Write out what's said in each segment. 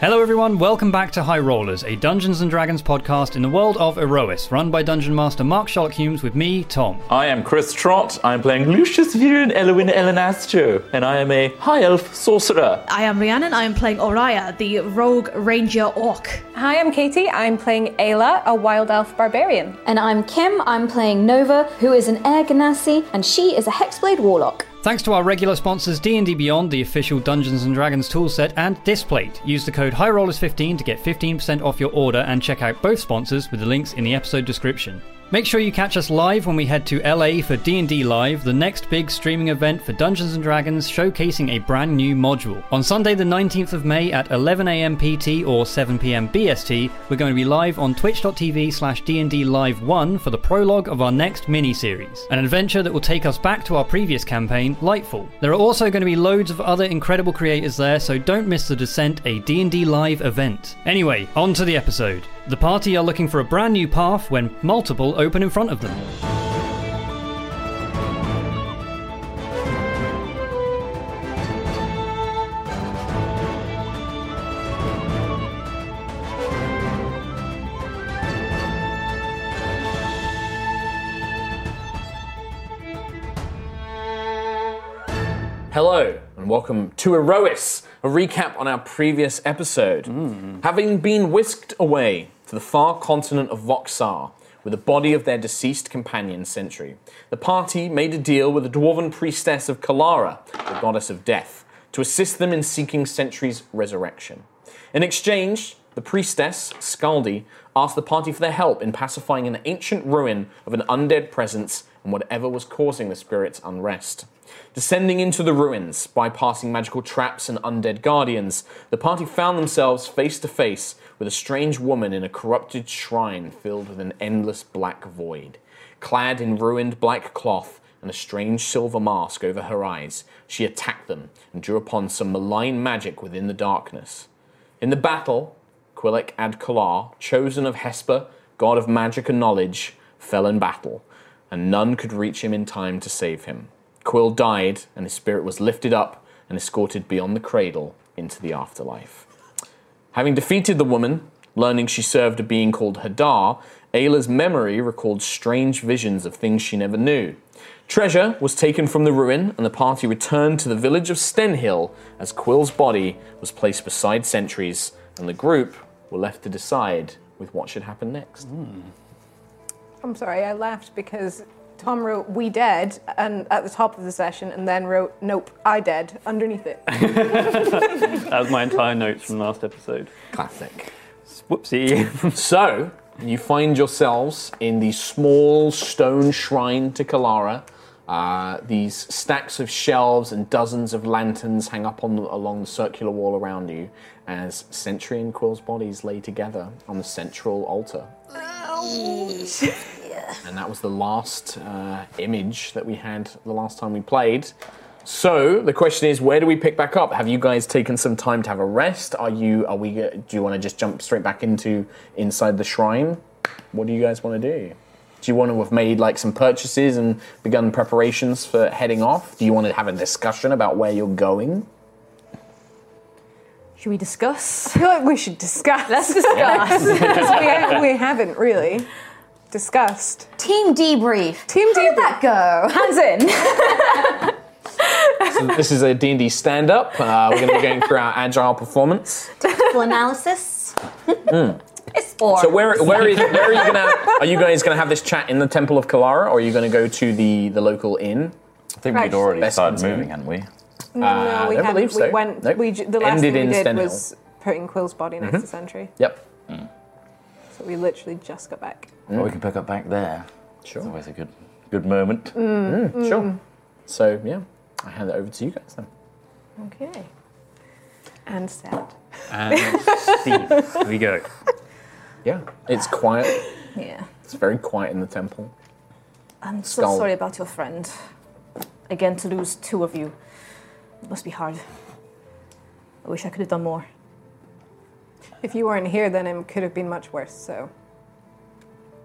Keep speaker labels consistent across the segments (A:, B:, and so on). A: Hello, everyone. Welcome back to High Rollers, a Dungeons and Dragons podcast in the world of Erois, run by Dungeon Master Mark Sherlock Humes with me, Tom.
B: I am Chris Trott. I'm playing Lucius Viren Elwin Elenastro, and I am a high elf sorcerer.
C: I am Rhiannon. I am playing Oriah, the rogue ranger orc.
D: Hi, I'm Katie. I'm playing Ayla, a wild elf barbarian.
E: And I'm Kim. I'm playing Nova, who is an Air Ganassi, and she is a Hexblade Warlock.
A: Thanks to our regular sponsors D&D Beyond, the official Dungeons & Dragons toolset, and Displate. Use the code HIGHROLLERS15 to get 15% off your order and check out both sponsors with the links in the episode description. Make sure you catch us live when we head to LA for D&D Live, the next big streaming event for Dungeons & Dragons showcasing a brand new module. On Sunday the 19th of May at 11am PT or 7pm BST, we're going to be live on twitch.tv slash D&D Live 1 for the prologue of our next mini-series, an adventure that will take us back to our previous campaign, Lightfall. There are also going to be loads of other incredible creators there, so don't miss the Descent, a D&D Live event. Anyway, on to the episode. The party are looking for a brand new path when multiple open in front of them.
B: Hello, and welcome to Erois, a recap on our previous episode. Having been whisked away to the far continent of Voxar with the body of their deceased companion, Sentry, the party made a deal with the dwarven priestess of Kalara, the goddess of death, to assist them in seeking Sentry's resurrection. In exchange, the priestess, Scaldi, asked the party for their help in pacifying an ancient ruin of an undead presence and whatever was causing the spirit's unrest. Descending into the ruins, bypassing magical traps and undead guardians, the party found themselves face to face with a strange woman in a corrupted shrine filled with an endless black void. Clad in ruined black cloth and a strange silver mask over her eyes, she attacked them and drew upon some malign magic within the darkness. In the battle, Quillic ad Kalar, chosen of Hesper, god of magic and knowledge, fell in battle, and none could reach him in time to save him. Quill died, and his spirit was lifted up and escorted beyond the cradle into the afterlife. Having defeated the woman, learning she served a being called Hadar, Ayla's memory recalled strange visions of things she never knew. Treasure was taken from the ruin, and the party returned to the village of Stenhill as Quill's body was placed beside sentries, and the group were left to decide with what should happen next.
D: I'm sorry, I laughed because Tom wrote "We dead" and at the top of the session, and then wrote "Nope, I dead" underneath it.
F: That was my entire notes from last episode.
B: Classic.
F: Whoopsie.
B: So, you find yourselves in the small stone shrine to Kalara. Uh, these stacks of shelves and dozens of lanterns hang up on the, along the circular wall around you as Sentry and Quill's bodies lay together on the central altar. And that was the last uh, image that we had the last time we played. So the question is, where do we pick back up? Have you guys taken some time to have a rest? Are you? Are we? uh, Do you want to just jump straight back into inside the shrine? What do you guys want to do? Do you want to have made like some purchases and begun preparations for heading off? Do you want to have a discussion about where you're going?
G: Should we discuss?
D: I feel like we should discuss.
G: Let's discuss.
D: 'Cause we, ha- we haven't really discussed.
E: Team debrief.
D: Team
E: How did
D: debrief.
E: that go?
G: Hands in.
B: So this is a D&D stand-up. Uh, we're going to be going through our agile performance. Hmm.
E: Tactical analysis. It's four.
B: So where, where, is, where are you going to... Are you guys going to have this chat in the Temple of Kalara, or are you going to go to the, the local inn?
H: I think we'd already
B: Best
H: started
B: team.
H: moving, hadn't we?
B: Uh,
D: no, we
B: I don't
D: hadn't.
B: believe
D: We
B: so.
D: went.
B: Nope.
D: We, j- the last
B: Ended
D: thing
B: in
D: we did
B: Stenhill. Mm-hmm.
D: was putting Quill's body next to Sentry.
B: Yep.
D: So we literally just got back.
H: Well, we can pick up back there.
B: Sure.
H: It's always a good, good moment.
D: Mm.
H: Mm.
B: Mm. Sure. So, yeah, I hand it over to you guys then.
D: Okay. And sad.
A: And Um, Steve, here we go.
B: Yeah. It's quiet.
G: Yeah.
B: It's very quiet in the temple.
G: I'm so
B: Skull.
G: sorry about your friend. Again, to lose two of you. It must be hard. I wish I could have done more.
D: If you weren't here, then it could have been much worse. So,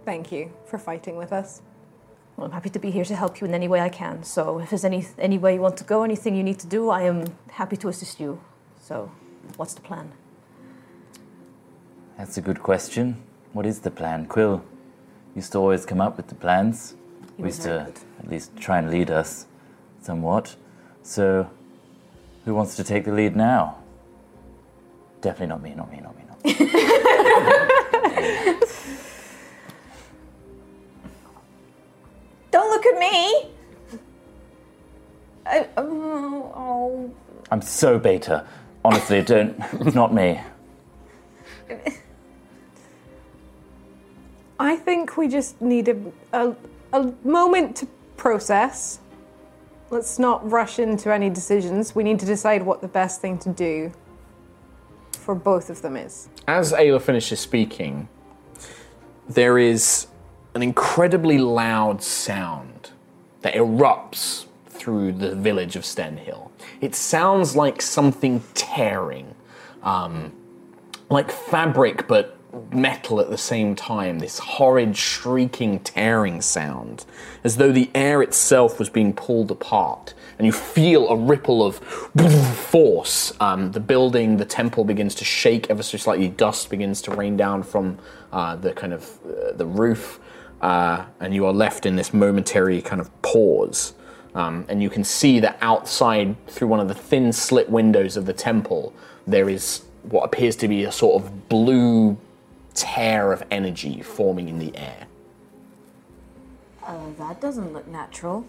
D: thank you for fighting with us.
G: Well, I'm happy to be here to help you in any way I can. So if there's any any way you want to go, anything you need to do, I am happy to assist you. So, what's the plan?
H: That's a good question. What is the plan, Quill? Used to always come up with the plans. We
G: was
H: used
G: very
H: to
G: good.
H: at least try and lead us somewhat. So, who wants to take the lead now? Definitely not me. Not me. Not me. Not me.
E: Don't look at me. I, oh, oh.
H: I'm so beta. Honestly, don't. It's not me.
D: I think we just need a, a, a moment to process. Let's not rush into any decisions. We need to decide what the best thing to do for both of them is.
B: As Ayla finishes speaking, there is an incredibly loud sound that erupts through the village of Stenhill. It sounds like something tearing, um, like fabric but metal at the same time. This horrid, shrieking, tearing sound, as though the air itself was being pulled apart. And you feel a ripple of force. Um, the building, the temple begins to shake ever so slightly. Dust begins to rain down from uh, the kind of uh, the roof, uh, and you are left in this momentary kind of pause. Um, and you can see that outside, through one of the thin slit windows of the temple, there is what appears to be a sort of blue tear of energy forming in the air.
G: Oh, that doesn't look natural.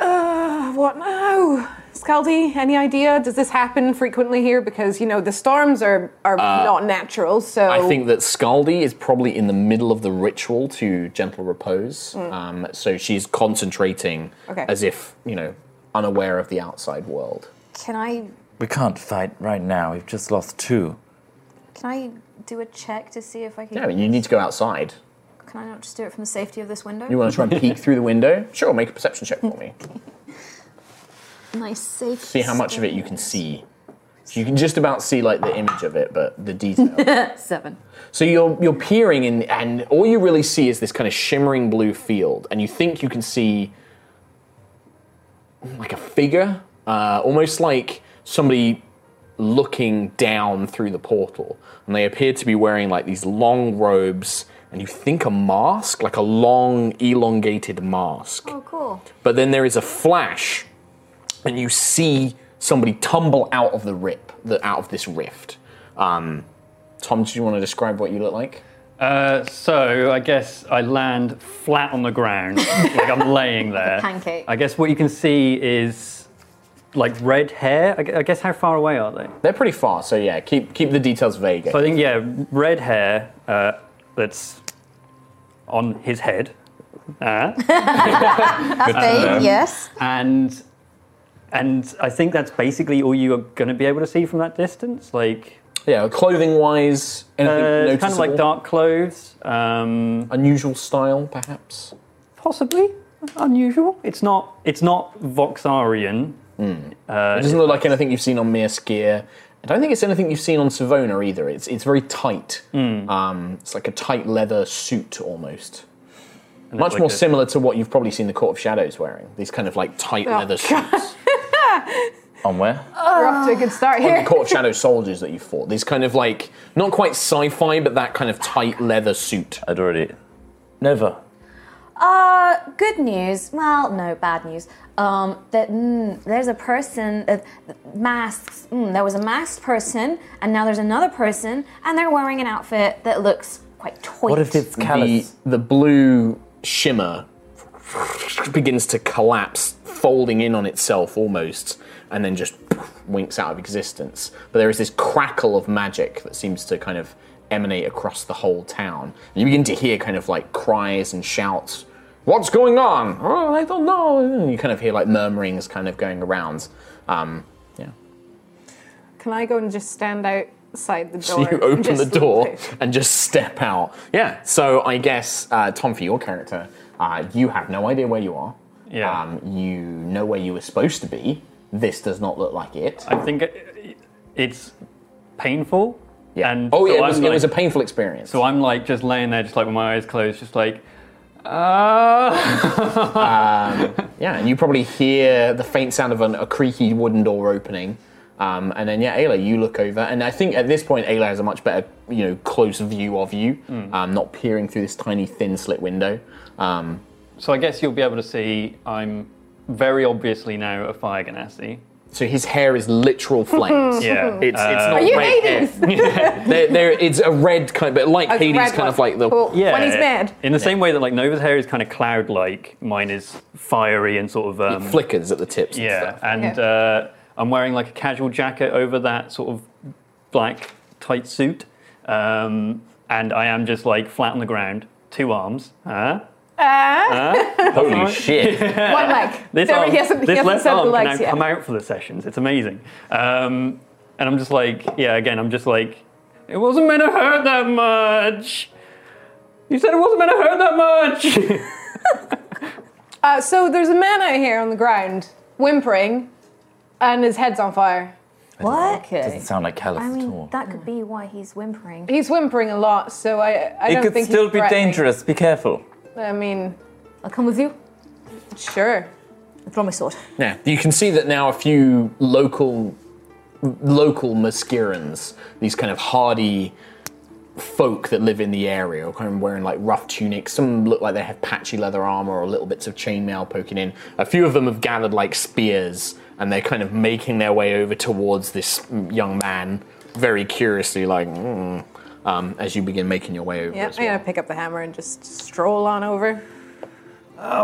D: Uh, what now? Scaldi, any idea? Does this happen frequently here? Because, you know, the storms are, are not natural, so.
B: Uh, I think that Scaldi is probably in the middle of the ritual to gentle repose, um, so she's concentrating
D: Okay.
B: as if you know, unaware of the outside world.
E: Can I
H: We can't fight right now. We've just lost two.
E: can I do a check to see if I can?
B: Yeah, you need to go outside.
E: Can I not just do it from the safety of this window?
B: You want to try and peek through the window? Sure, make a perception check for me.
E: nice safety.
B: See how much of it you can see. So you can just about see like the image of it, but the detail.
G: Seven.
B: So you're you're peering in, and all you really see is this kind of shimmering blue field, and you think you can see like a figure, uh, almost like somebody looking down through the portal, and they appear to be wearing like these long robes, and you think a mask, like a long elongated mask.
E: Oh, cool.
B: But then there is a flash, and you see somebody tumble out of the rip, the, out of this rift. Um, Tom, do you want to describe what you look like?
F: Uh, so I guess I land flat on the ground, like I'm laying there.
E: pancake.
F: I guess what you can see is like red hair. I gue- I guess how far away are they?
B: They're pretty far, so yeah, keep keep the details vague.
F: So I think yeah, red hair uh, that's on his head, uh,
E: Fade, yes.
F: and and I think that's basically all you are going to be able to see from that distance. Like
B: yeah, clothing wise, anything
F: uh, it's
B: noticeable?
F: kind of like dark clothes, um,
B: Unusual style, perhaps.
F: possibly unusual. It's not Uh, it's not Voxarian.
B: Hmm. It doesn't look like anything you've seen on Mirskir. I don't think it's anything you've seen on Savona either. It's it's very tight.
F: Hmm.
B: Um, it's like a tight leather suit almost. Much
F: like
B: more
F: a-
B: similar to what you've probably seen the Court of Shadows wearing. These kind of like tight leather suits.
H: On where?
D: Oh, We're off to a good start
B: Like
D: here.
B: the Court of Shadow soldiers that you fought. These kind of like, not quite sci fi, but that kind of tight leather suit.
H: I'd already. Nova.
E: Uh, good news. Well, no, bad news. Um, that mm, there's a person that that masks. Mm, there was a masked person, and now there's another person, and they're wearing an outfit that looks quite toy.
B: the, the blue shimmer begins to collapse, folding in on itself almost, and then just winks out of existence. But there is this crackle of magic that seems to kind of emanate across the whole town. And you begin to hear kind of like cries and shouts. What's going on? Oh, I don't know. And you kind of hear like murmurings kind of going around. Um, yeah.
D: Can I go and just stand outside the door?
B: So you
D: and
B: open the
D: just-
B: door and just step out. Yeah. So I guess uh, Tom, for your character, uh, you have no idea where you are.
F: Yeah.
B: Um, you know where you were supposed to be. This does not look like it.
F: I think it, it's painful. Yeah. And
B: Oh yeah,
F: so
B: it was,
F: I'm
B: it was a
F: like-
B: painful experience.
F: So I'm like just laying there, just like with my eyes closed, just like, uh,
B: Um, yeah, and you probably hear the faint sound of an, a creaky wooden door opening. Um, and then yeah, Ayla, you look over, and I think at this point Ayla has a much better, you know, close view of you, um, not peering through this tiny thin slit window. Um,
F: so I guess you'll be able to see I'm very obviously now a fire ganassi.
B: so his hair is literal flames.
F: Yeah.
B: It's, it's not
D: Are you
B: red hair.
D: Hades?
B: There, there, it's a red kind, but like
D: Oh, A
B: Hades,
D: red
B: kind
D: one.
B: of like the.
D: Cool.
F: Yeah.
D: When he's mad.
F: In the same way that like Nova's hair is kind of cloud-like, mine is fiery and sort of um,
B: flickers at the tips. and
F: Yeah,
B: stuff.
F: and uh, I'm wearing like a casual jacket over that sort of black tight suit, um, and I am just like flat on the ground, two arms. Huh?
D: Uh?
B: holy shit!
D: One leg.
F: This,
D: There-
F: arm,
D: he hasn't, he
F: this
D: hasn't
F: left
D: said
F: arm
D: the
F: can
D: legs
F: now
D: yet.
F: come out for the sessions. It's amazing. Um, and I'm just like, yeah, again, I'm just like, it wasn't meant to hurt that much. You said it wasn't meant to hurt that much.
D: Uh, so there's a man out here on the ground, whimpering, and his head's on fire.
E: What?
H: Doesn't sound like Callus
E: I
H: at
E: mean,
H: all.
E: that could be why he's whimpering.
D: He's whimpering a lot, so I, I
H: it
D: don't
H: could
D: think
H: still
D: he's
H: be
D: threatening.
H: dangerous. Be careful.
D: I mean,
G: I'll come with you.
D: sure.
G: I draw my sword.
B: yeah, you can see that now. A few local, local Mascarans, these kind of hardy folk that live in the area, are kind of wearing like rough tunics. Some look like they have patchy leather armor or little bits of chainmail poking in. A few of them have gathered like spears, and they're kind of making their way over towards this young man, very curiously, like. Mm, um, as you begin making your way over,
D: Yeah,
B: as
D: I'm
B: well.
D: gonna pick up the hammer and just stroll on over.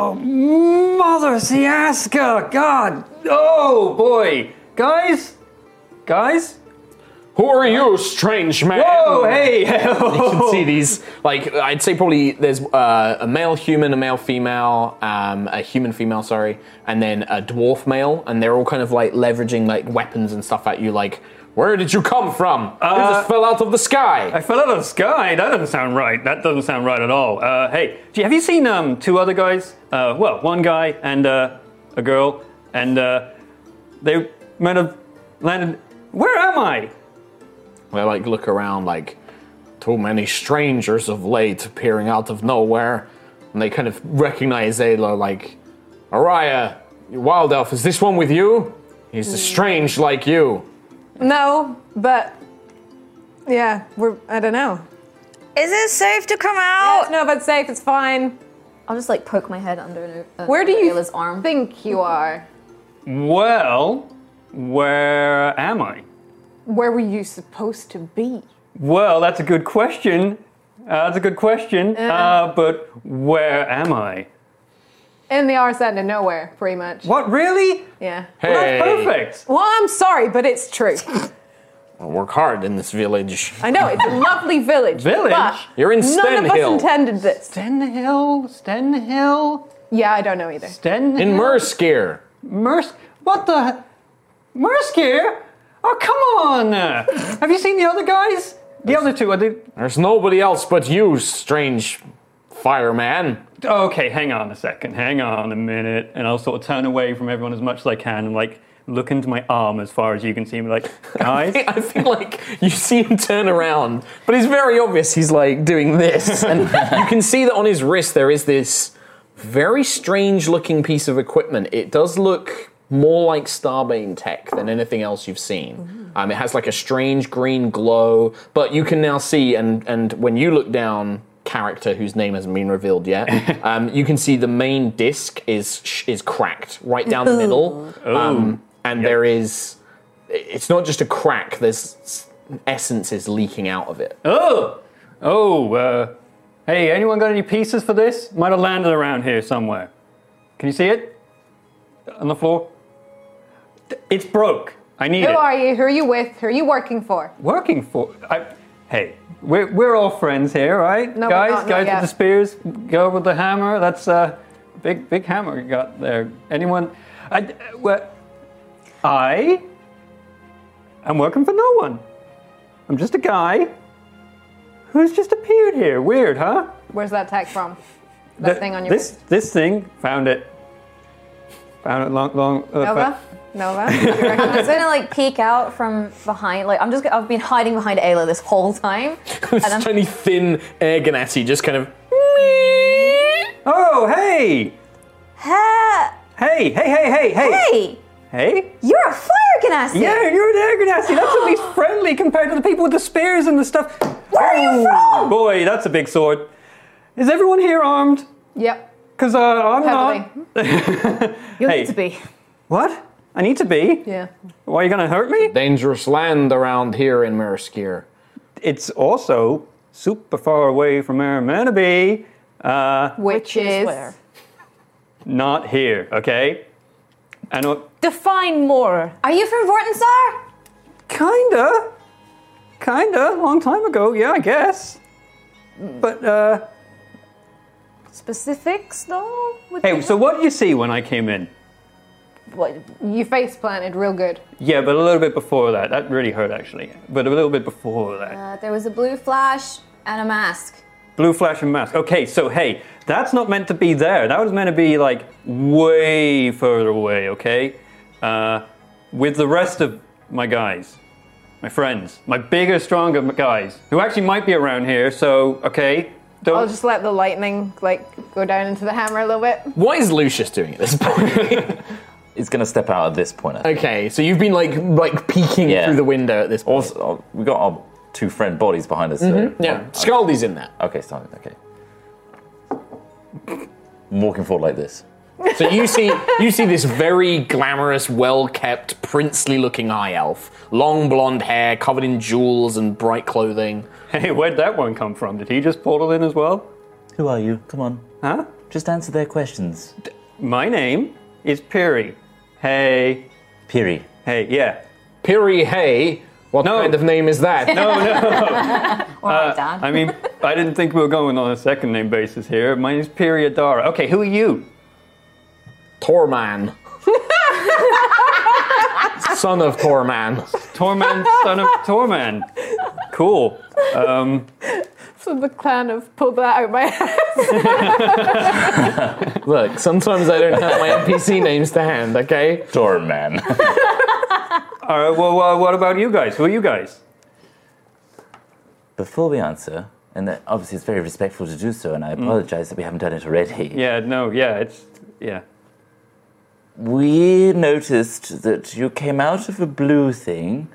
F: Mother Siaska! God! Oh boy! Guys? Guys?
B: Who are you, strange man?
F: Whoa, Oh, hey! oh.
B: You can see these, like, I'd say probably there's uh, a male human, a male female, um, a human female, sorry, and then a dwarf male, and they're all kind of like leveraging like weapons and stuff at you, like, where did you come from? you
F: Uh,
B: just fell out of the
F: I
B: sky.
F: fell out of the sky. That doesn't sound right. That doesn't sound right at all. Uh, hey, do you- have you seen um, two other guys? Uh, well, one guy and uh, a girl, and uh, they might have landed. Where am I?
B: They like look around, like, too many strangers of late appearing out of nowhere, and they kind of recognize Ayla, like, Araya, you wild elf, is this one with you? He's strange like you.
D: No, but yeah, we're I don't know.
I: Is it safe to come out?
D: No, but safe. It's fine.
E: I'll just like poke my head under. Uh,
D: Where do you
E: Ayla's arm?
D: think you are?
F: Well, where am I?
D: Where were you supposed to be?
F: Well, that's a good question. Uh, that's a good question. Uh, but where am I?
D: In the arse end of nowhere, pretty much.
F: What really?
D: Yeah.
B: Hey.
F: That's perfect.
D: Well, I'm sorry, but it's true.
B: I work hard in this village.
D: I know it's a lovely village.
F: Village?
D: but
B: You're in
D: None of us
B: Stenhill.
D: intended this.
F: Stenhill, Stenhill,
D: Yeah, I don't know either.
F: Stenhill.
B: In Merskir.
F: Mersk, what the? Merskier? Oh, come on! Have you seen the other guys? The other two, are they?
B: There's nobody else but you, strange fireman.
F: Okay, hang on a second, hang on a minute. And I'll sort of turn away from everyone as much as I can and like look into my arm as far as you can see and be like, guys?
B: I feel like you see him turn around, but it's very obvious he's like doing this. And you can see that on his wrist there is this very strange looking piece of equipment. It does look more like Starbane tech than anything else you've
D: Mm-hmm.
B: seen. Um, it has like a strange green glow, but you can now see, and, and when you look down, character whose name hasn't been revealed yet, um, you can see the main disc is sh- is cracked right down the
D: Oh.
B: middle,
F: Ooh.
B: um, and there is. It's not just a crack. There's s- essences leaking out of it.
F: Oh! Oh, uh, hey, anyone got any pieces for this? Might have landed around here somewhere. Can you see it? On the floor? Th- It's broke. I need
D: Who
F: it.
D: are you? Who are you with? Who are you working for?
F: Working for. I, hey, we're, we're all friends here, right?
D: No, we're
F: guys,
D: not, not
F: guys
D: yet.
F: with the spears, go with the hammer. That's a uh, big, big hammer you got there. Anyone? I, well, I am working for no one. I'm just a guy who's just appeared here. Weird, huh?
D: Where's that tag from? That
F: The-
D: thing on your
F: this this thing found it. Found it long, long. Uh,
D: Nova?
F: fa-
D: Nova?
E: I'm just gonna like peek out from behind. Like I'm just gonna, I've been hiding behind Ayla this whole time.
B: this tiny thin air ganassi just kind of.
F: oh, hey,
E: Ha!
F: hey, hey, hey, hey, hey,
E: Hey,
F: hey.
E: you're a fire ganassi.
F: Yeah, you're an air ganassi. That's at least friendly compared to the people with the spears and the stuff.
E: Where are you
F: Oh,
E: from?
F: Boy, that's a big sword. Is everyone here armed?
D: yep.
F: Because uh, I'm not.
D: Heavily.
G: You'll
F: Hey.
G: need to be.
F: What? I need to be.
D: Yeah.
F: Why are you gonna hurt me?
B: Dangerous land around here in Murskier.
F: It's also super far away from where I'm gonna be. Uh,
D: Which, is.
G: where?
F: not here, okay? And uh,
G: Define more.
E: Are you from Vortensar?
F: Kinda. Kinda. Long time ago, yeah, I guess. But, uh.
G: Specifics, though? Would
F: Hey,
G: you-
F: so what did you see when I came in?
G: What?
D: You face planted real good.
F: Yeah, but a little bit before that. That really hurt, actually. But a little bit before that.
E: Uh, there was a blue flash and a mask.
F: Blue flash and mask. Okay, so hey, that's not meant to be there. That was meant to be, like, way further away, okay? Uh, with the rest of my guys. My friends. My bigger, stronger guys. Who actually might be around here, so, okay? Don't.
D: I'll just let the lightning like go down into the hammer a little bit.
B: What is Lucius doing at this point?
H: He's gonna step out at this point. I think.
B: okay, so you've been like like peeking
H: Yeah.
B: through the window at this point. Mm-hmm.
H: Also, oh, we got our two friend bodies behind us. So
B: Yeah, Scaldy's in there.
H: Okay, sorry. Okay. I'm walking forward like this.
B: So you see, you see this very glamorous, well-kept, princely-looking high elf, long blonde hair, covered in jewels and bright clothing.
F: Hey, where'd that one come from? Did he just portal in as well?
H: Who are you? Come on.
F: Huh?
H: Just answer their questions.
F: My name is Piri. Hey,
H: Piri.
F: hey, yeah.
B: Piri Hay, what
F: No.
B: kind of name is that?
F: No, no.
E: Or my dad.
F: Uh, I mean, I didn't think we were going on a second name basis here. My name's Piri Adara. Okay, who are you?
B: Torman. Son of Torman.
F: Torman, son of Torman. Cool. Um,
D: So the clan have pulled that out my ass.
B: Look, sometimes I don't have my NPC names to hand, okay?
H: Doorman.
F: all right. Well, uh, what about you guys? Who are you guys?
H: Before we answer, and that- obviously it's very respectful to do so, and
B: Mm.
H: I apologize that we haven't done it already.
F: Yeah. No. Yeah. It's yeah.
H: We noticed that you came out of a blue thing,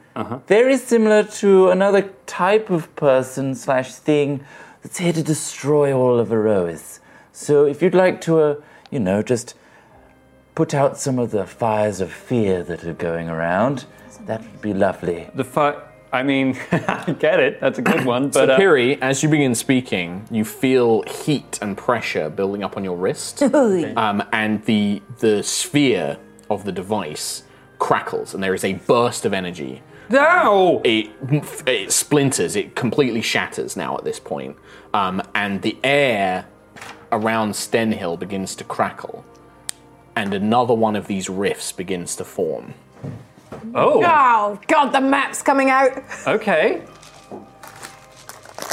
H: very similar to another type of person slash thing that's here to destroy all of Erois. So if you'd like to, uh, you know, just put out some of the fires of fear that are going around, that would be lovely.
F: The fi- I mean, I get it. That's a good one. But
B: So
F: uh,
B: Piri, as you begin speaking, you feel heat and pressure building up on your wrist, um, and the the sphere of the device crackles, and there is a burst of energy.
F: Ow!
B: It it splinters, it completely shatters now at this point, um, and the air around Stenhill begins to crackle, and another one of these rifts begins to form.
F: Oh.
D: oh god, the map's coming out.
F: Okay.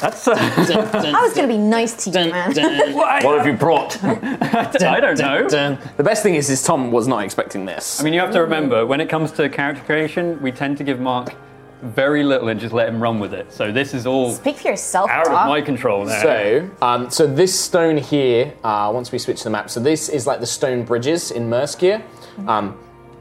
F: That's. Uh,
E: I was gonna be nice to you, man.
H: What have you brought?
F: I don't know.
B: The best thing is, is Tom was not expecting this.
F: I mean, you have to remember when it comes to character creation, we tend to give Mark very little and just let him run with it. So this is all
E: Speak for yourself,
F: out of
E: Doc.
F: my control now.
B: Ah. So, um, so this stone here, uh, once we switch to the map, so this is like the stone bridges in Merskir. Um,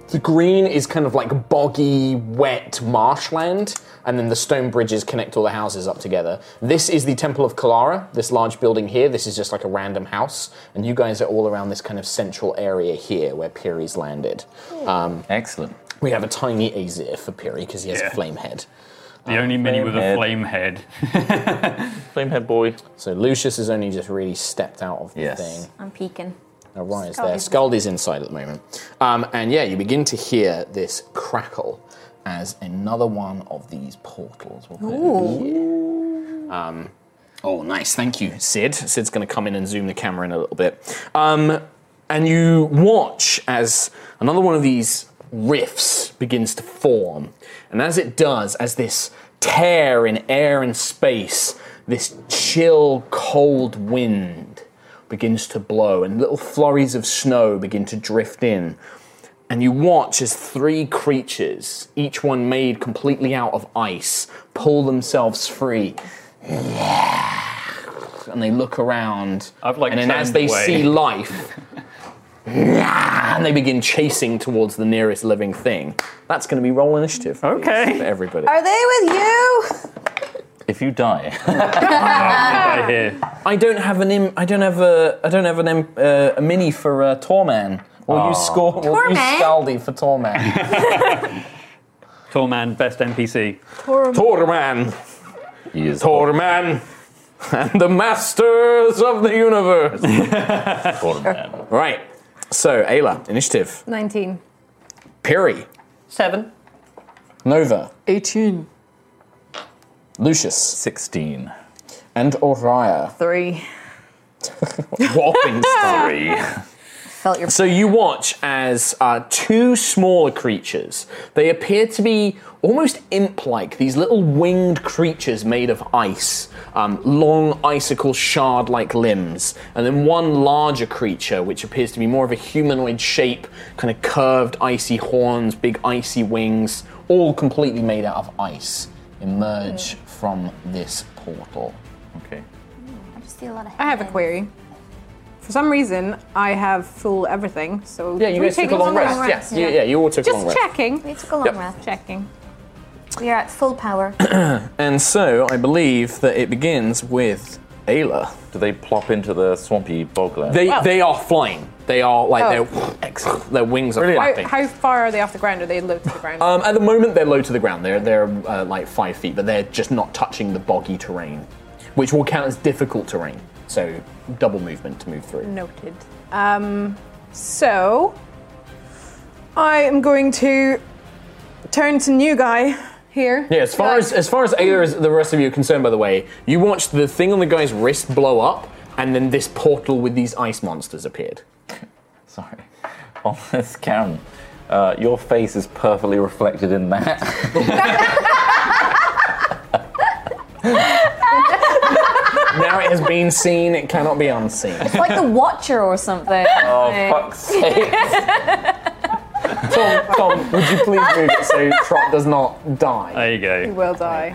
B: The green is kind of like boggy, wet marshland, and then the stone bridges connect all the houses up together. This is the Temple of Kalara, this large building here. This is just like a random house, and you guys are all around this kind of central area here where Piri's landed. Um,
H: Excellent.
B: We have a tiny Azir for Piri because he has
F: Yeah.
B: a flame head. Um,
F: The only mini with a flame head.
H: Flamehead boy.
B: So Lucius has only just really stepped out of the
H: Yes.
B: thing.
E: I'm peeking.
B: Now Raya's
E: Scald
B: there.
E: is-
B: Scald is inside at the moment. Um, and yeah, you begin to hear this crackle as another one of these portals
J: 哦
B: will put in here. Um, oh, nice. Thank you, Sid. Sid's going to come in and zoom the camera in a little bit. Um, and you watch as another one of these rifts begins to form. And as it does, as this tear in air and space, this chill, cold wind begins to blow, and little flurries of snow begin to drift in. And you watch as three creatures, each one made completely out of ice, pull themselves free. And they look around.
F: I've, like,
B: and then as they
F: turned away.
B: see life, and they begin chasing towards the nearest living thing. That's going to be roll initiative. please,
F: Okay.
B: For everybody.
E: Are they with you?
H: If you die,
F: I hear.
B: I don't have an Im- I don't have a I don't have an Im- uh, a mini for uh, Torman. We'll use score. We'll use
E: Torman?
B: Scaldi for Torman.
F: Tall man, best NPC.
B: Torman,
H: he is
B: Torman, and the masters of the universe.
H: Torn Man.
B: Right. So Ayla, initiative.
D: 19.
B: Piri,
F: Seven.
B: Nova,
K: 18.
B: Lucius,
H: 16.
B: and Oriah.
K: 3.
B: Whopping story.
E: Felt your.
B: So you watch as uh, two smaller creatures. They appear to be almost imp-like. These little winged creatures made of ice, um, long icicle shard-like limbs, and then one larger creature, which appears to be more of a humanoid shape, kind of curved icy horns, big icy wings, all completely made out of ice, emerge from this portal.
H: Okay.
E: I just see a lot of.
D: I have a query. For some reason, I have full everything, so.
B: Yeah, you
D: we
B: guys took
D: take
B: a long rest.
E: rest.
B: Yeah, you- yeah, you all took a long
D: Just
B: rest.
D: checking.
E: We took a long
B: Yep.
E: rest.
D: Checking.
E: We are at full power.
B: And so I believe that it begins with Ayla.
H: Do they plop into the swampy bogland?
B: They they are flying. They are like their their wings are
D: How,
B: flapping.
D: how far are they off the ground? Are they low to the ground?
B: um, at the moment, they're low to the ground. They're they're uh, like five feet, but they're just not touching the boggy terrain, which will count as difficult terrain. So double movement to move through.
D: Noted. Um, so, I am going to turn to new guy here.
B: Yeah, as far as as far as Ayla is the rest of you are concerned, by the way, you watched the thing on the guy's wrist blow up, and then this portal with these ice monsters appeared.
H: Sorry. On this cam, uh, your face is perfectly reflected in that.
B: now it has been seen; it cannot be unseen.
E: like the Watcher or something.
H: oh, fuck's sake.
B: Tom, Tom, would you please move it so Trot does not die?
F: There you go.
D: Will die.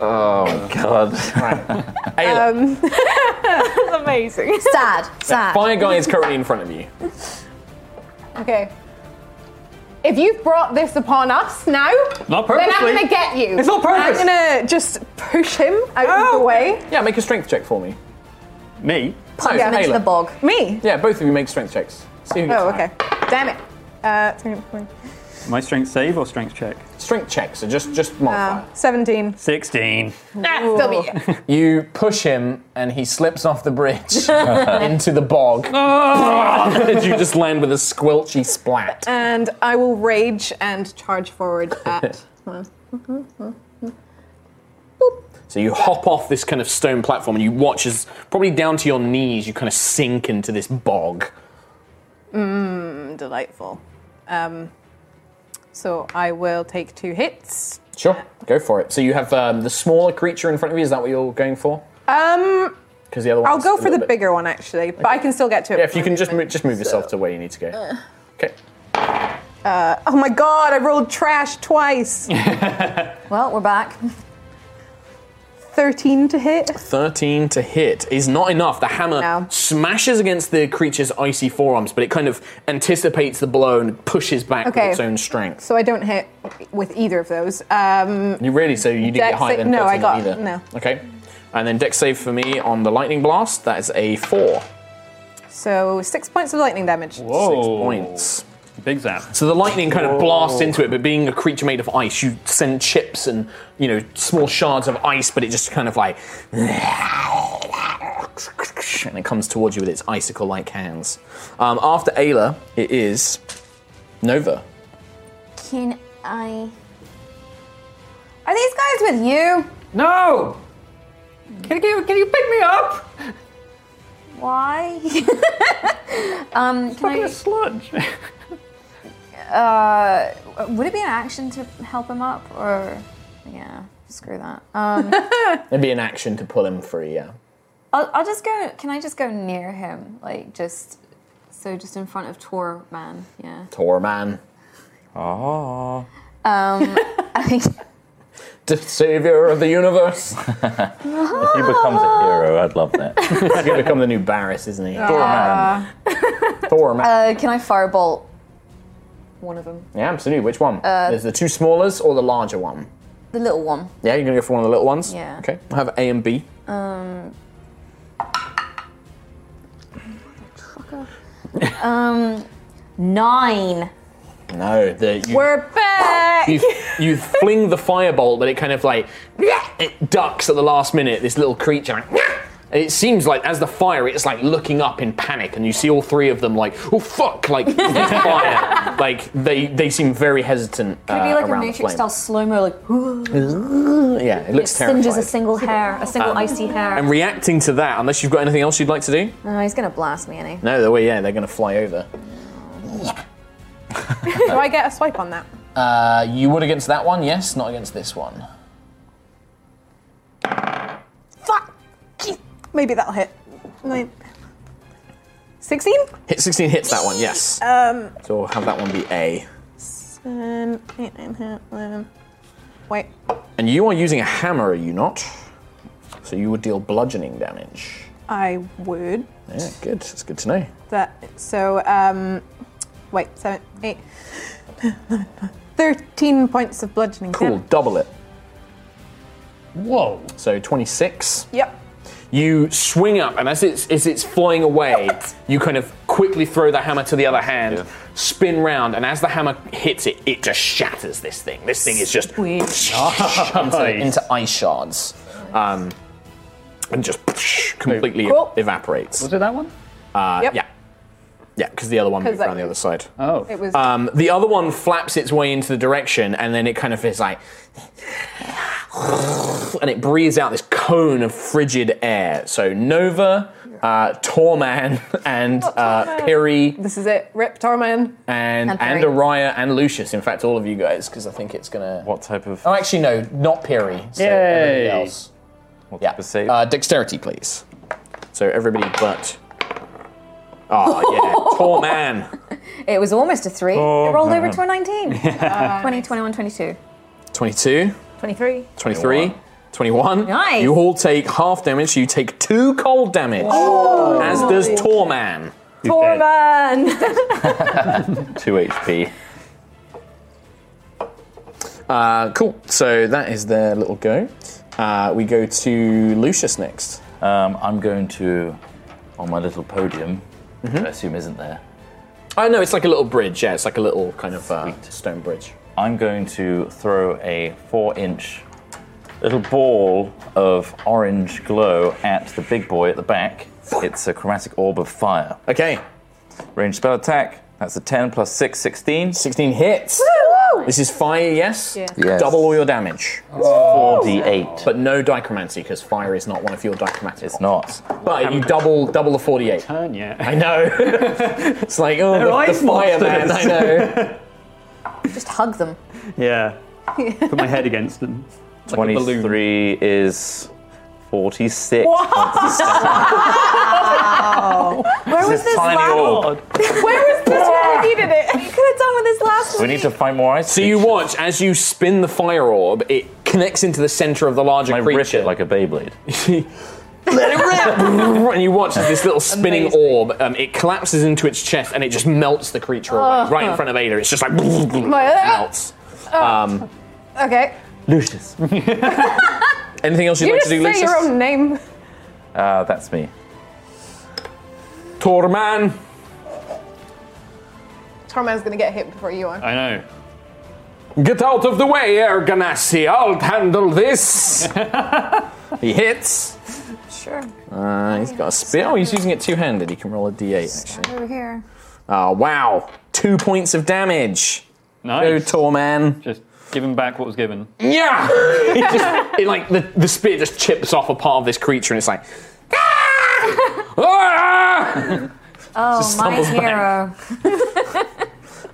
H: Oh, God.
B: Ayla.
D: Um, That's amazing.
E: Sad. Sad.
B: Fire guy is currently in front of you.
D: Okay. If you've brought this upon us now,
F: Not
D: then I'm
F: purposely.
D: gonna get you.
F: It's not purpose. Oh.
D: I'm gonna just push him out of the way.
B: Yeah, make a strength check for me.
F: Me?
B: Punch
D: him
E: Into the bog.
D: Me.
B: Yeah, both of you make strength checks. See who gets
D: Oh,
B: higher.
D: okay. Damn it. Uh, turn it for-
F: My strength save or strength check?
B: Strength checks are just just modifier.
D: uh, 17.
F: 16.
D: Ah, still beat you.
B: You push him, and he slips off the bridge into the bog.
F: Ah!
B: and you just land with a squelchy splat.
D: And I will rage and charge forward at.
B: So you hop off this kind of stone platform, and you watch as probably down to your knees, you kind of sink into this bog.
D: mm, Delightful. Um, so I will take two hits.
B: Sure, go for it. So you have um, the smaller creature in front of you. Is that what you're going for?
D: Um,
B: Because the other one.
D: I'll go for the bigger one actually, but I can still get to it.
B: Yeah, if you
D: with my
B: can just move,
D: movement.
B: just move yourself to where you need to go. Okay.
D: Oh my god, I rolled trash twice.
E: Well, we're back.
D: 13 to hit.
B: 13 to hit is not enough. The hammer
D: No.
B: smashes against the creature's icy forearms, but it kind of anticipates the blow and pushes back
D: Okay.
B: with its own strength.
D: So I don't hit with either of those. Um,
B: You really? So you didn't
D: Dex
B: get higher
D: sa-
B: than
D: no,
B: 13
D: I got-
B: either.
D: no.
B: Okay. And then deck save for me on the lightning blast. That is a four.
D: so six points of lightning damage.
B: Six points.
F: Oh. Big zap. Oh.
B: So the lightning kind of blasts
F: Whoa.
B: into it, but being a creature made of ice, you send chips and you know small shards of ice, but it just kind of like and it comes towards you with its icicle-like hands. Um, after Ayla, it is Nova.
E: Can I? Are these guys with you?
F: No. Can you can you pick me up?
E: Why? um, can I?
F: sludge.
E: uh, would it be an action to help him up, or yeah, screw that. Um,
B: It'd be an action to pull him free. Yeah.
E: I'll, I'll just go. Can I just go near him, like just so just in front of Tor Man? Yeah.
B: Tor man. Ah.
E: Um, I think.
B: The savior of the universe. if
E: he becomes a
B: hero, I'd love that. He's gonna become the new Barris, isn't he?
E: Ah.
B: Thor man.
E: Uh, can I firebolt one of them?
B: Yeah, absolutely. Which one?
E: Uh,
B: There's the two smallers or the larger one?
E: The little one.
B: Yeah, you're gonna go for one of the little ones.
E: Yeah.
B: Okay. I have A and B.
E: Um. um. Nine.
B: No, the you,
E: We're back.
B: you, you fling the firebolt, but it kind of like it ducks at the last minute. This little creature. like, and it seems like as the fire, it's like looking up in panic, and you see all three of them like, oh fuck, like with fire. Like they they seem very hesitant.
E: Could it be
B: uh,
E: like a
B: around the
E: Matrix
B: flame.
E: style slow mo, like
B: Yeah, it looks
E: singes a
B: terrifying.
E: single hair, a single
B: Um,
E: icy hair.
B: And reacting to that, unless you've got anything else you'd like to do?
E: oh, he's gonna blast me, ain't
B: No, the way yeah, they're gonna fly over.
D: Do I get a swipe on that?
B: Uh, you would against that one, yes, not against this one.
D: Maybe that'll hit. Nine. 16?
B: Hit 16 hits that one, yes.
D: Um,
B: So have that one be A.
D: seven, eight, nine, ten, eleven. Wait.
B: And you are using a hammer, are you not? So you would deal bludgeoning damage.
D: I would.
B: Yeah, good. That's good to know.
D: That so um wait, seven, eight. 13 points of bludgeoning
B: Cool,
D: damage.
B: double it.
D: Whoa.
B: So 26.
D: Yep.
B: You swing up, and as it's, as it's flying away, you kind of quickly throw the hammer to the other hand, spin round, and as the hammer hits it, it just shatters this thing. This thing is just into, into ice shards, um, and just completely evaporates. Was
F: it that one?
B: Uh,
D: Yep.
B: Yeah, yeah, because the other one
D: 'Cause
B: moved
D: that-
B: around the other side.
F: Oh,
D: It was
B: Um, the other one flaps its way into the direction, and then it kind of is like, and it breathes out this cone of frigid air. So Nova, uh, Torman, and uh, Piri,
D: This is it. Rip Torman.
B: and
D: And
B: and
D: Piri.
B: Araya, and Lucius. In fact, all of you guys, because I think it's gonna. What type of? Oh, actually, no, not Piri. So everybody
F: Yay.
B: else. yeah. Uh, dexterity, please. So everybody but. Oh yeah, Torman.
E: it? It was almost a three.
B: Oh,
E: it rolled over
B: man.
E: to a 19.
B: Yeah.
E: 20, 21, 22.
B: 22.
G: 23.
B: 23, 21.
E: Nice.
B: You all take half damage. You take two cold damage.
G: Oh.
B: As does Torman.
G: Torman!
B: 2 HP. Uh, cool. So that is their little go. Uh, we go to Lucius next.
H: Um, I'm going to, on my little podium, which I assume isn't there.
B: Oh, no, it's like a little bridge. Yeah, it's like a little kind of uh, stone bridge.
H: I'm going to throw a four inch little ball of orange glow at the big boy at the back. It's a chromatic orb of fire.
B: Okay.
H: Range spell attack. That's a 10 plus 6, 16.
B: 16 hits. This is fire, yes?
H: Yeah. Yes.
B: Double all your damage. It's
H: 4d8.
B: But no dichromancy, because fire is not one of your dichromancy. It's
H: not.
B: But you double double the 48.
F: Turn, yeah.
B: I know. it's like, oh,
F: They're
B: the,
F: ice
B: the fireman, I
F: monsters.
B: know.
E: Just hug them.
F: Yeah. Put my head against them.
H: 23 is 46.
E: Wow. Where was this
H: tiny
E: last?
H: orb.
E: Where was this when we needed it? We could have done with this last
H: We need to find more ice.
B: So you watch as you spin the fire orb, it connects into the center of the larger
H: I
B: creature.
H: rip it like a Beyblade.
B: Let it rip! and you watch as this little spinning orb, um, it collapses into its chest and it just melts the creature away.
D: Ugh.
B: Right in front of Ada. It's just like melts. Um,
D: Okay.
H: Lucius.
B: anything else you'd
D: You
B: like
D: just
B: to do,
D: say
B: Lucius?
D: your own name.
H: Uh, that's me.
B: Torman.
D: Torman's gonna get hit before you are.
B: I know. Get out of the way, Erganassi. I'll handle this. he hits.
E: Sure.
B: Uh, he's got a spear. Oh, he's using it two handed. He can roll a d8, actually.
E: Over here.
B: Oh, wow. Two points of damage.
F: Nice.
B: Go, Torman.
F: Just give him back what was given.
B: Yeah! It just- it, like, the, the spear just chips off a part of this creature and it's like. "Ah!"
E: Oh,
B: Just
E: my
B: stumbles back.
E: hero.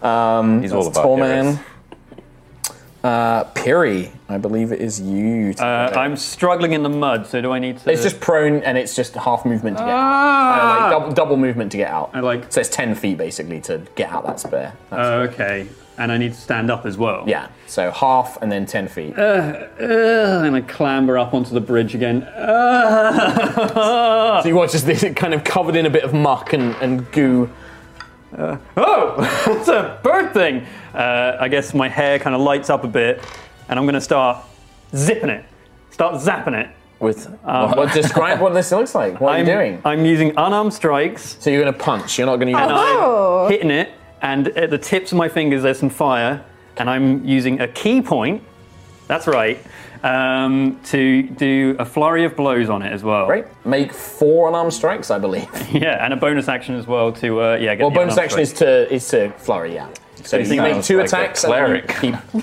B: um,
H: He's
B: that's
H: all about
B: Torman. Uh, Piri, I believe it is you.
F: Uh, I'm struggling in the mud, so do I need to?
B: It's just prone and it's just half movement to get
F: Ah!
B: out. Uh, like double, double movement to get out. I like so it's ten feet basically to get out that spear.
F: Oh, okay, and I need to stand up as well.
B: Yeah. So half and then ten feet.
F: Uh, uh, and I clamber up onto the bridge again. Uh,
B: so you watch as this it kind of covered in a bit of muck and, and goo.
F: oh, it's a bird thing. Uh, I guess my hair kind of lights up a bit, and I'm going to start zipping it. Start zapping it. Um,
H: With
B: Well, well, describe what this looks like. What
F: I'm,
B: are you doing?
F: I'm using unarmed strikes.
B: So you're going to punch. You're not going to use.
F: And
D: Oh.
F: I'm hitting it, and at the tips of my fingers there's some fire, and I'm using a key point. That's right. Um, to do a flurry of blows on it as well.
B: Right. Make
F: oh.
B: four unarmed strikes, I believe.
F: Yeah, and a bonus action as well to uh, yeah. Get
B: Well,
F: the
B: bonus
F: unarmed
B: action is
F: strike.
B: to is to flurry. Yeah. So
F: He
B: you make
F: sounds
B: two
F: like a
B: attacks. and then you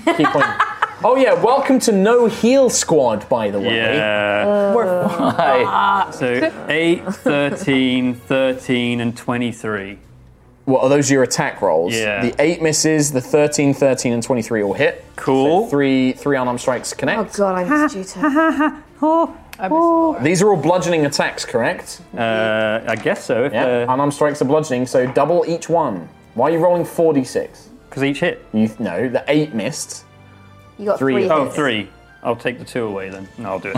B: Keep, keep on. Oh yeah. Welcome to No Heal Squad, by the way.
F: Yeah.
B: We're
F: So 8, 13, 13, and 23.
B: What are those your attack rolls?
F: Yeah.
B: The eight misses, the 13, 13, and 23 all hit. Cool. three three unarmed strikes
E: Oh
B: connect.
E: god, I missed you too.
D: Oh,
B: These are all bludgeoning attacks, correct?
F: Uh, I guess so. If
B: yeah. Unarmed strikes are bludgeoning, so double each one. Why are you rolling 4d6?
F: Because each hit.
B: You no, the eight missed.
E: You got three.
F: Oh,
E: hits.
F: three. I'll take the two away then. No, I'll do it.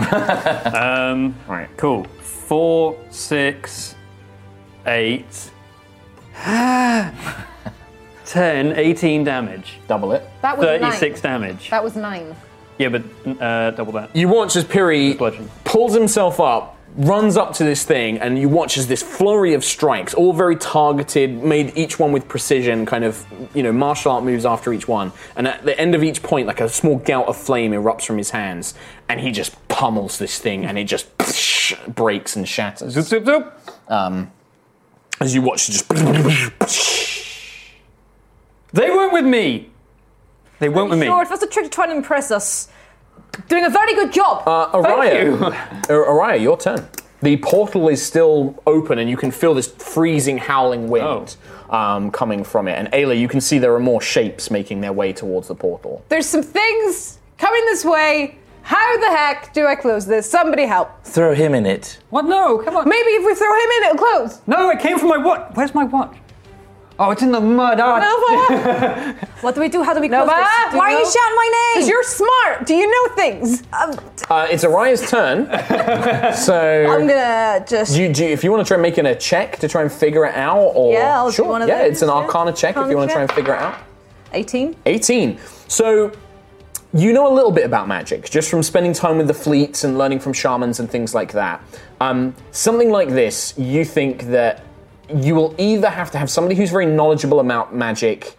F: um,
B: all right.
F: Cool. Four, six, eight, 10, 18 damage.
B: Double it.
K: That was
F: 36
K: nine.
F: damage.
K: That was nine.
F: Yeah, but uh, double that.
B: You watch as Piri pulls himself up, runs up to this thing, and you watch as this flurry of strikes, all very targeted, made each one with precision, kind of, you know, martial art moves after each one. And at the end of each point, like a small gout of flame erupts from his hands, and he just pummels this thing, and it just breaks and shatters.
F: Zoop, zoop, zoop.
B: Um, as you watch, it just.
F: They weren't with me. They weren't with me.
L: Sure, it was a trick to try and impress us. Doing a very good job.
B: Uh,
L: Thank
B: Araya,
L: you.
B: Ar- Araya, your turn. The portal is still open, and you can feel this freezing, howling wind
L: Oh.
B: um, coming from it. And Ayla, you can see there are more shapes making their way towards the portal.
D: There's some things coming this way. How the heck do I close this? Somebody help.
H: Throw him in it.
F: What? No, come on.
D: Maybe if we throw him in, it'll close.
F: No, it came from my watch. Where's my watch? Oh, it's in the mud.
L: What do we do? How do we
D: Nova,
L: close this? Do
D: why are you
L: know?
D: shouting my name? Um, 'Cause you're smart. Do you know things?
B: Uh, it's Araya's turn, so
L: I'm gonna just.
B: Do you, do you- if you want to try making a check to try and figure it out, or
L: Yeah, I'll do
B: sure,
L: one of
B: yeah,
L: those,
B: it's an
L: yeah.
B: Arcana check if
L: Arcana
B: you want to try
L: check.
B: and figure it out.
L: 18.
B: 18. So you know a little bit about magic just from spending time with the fleets and learning from shamans and things like that. Um, something like this, you think that you will either have to have somebody who's very knowledgeable about magic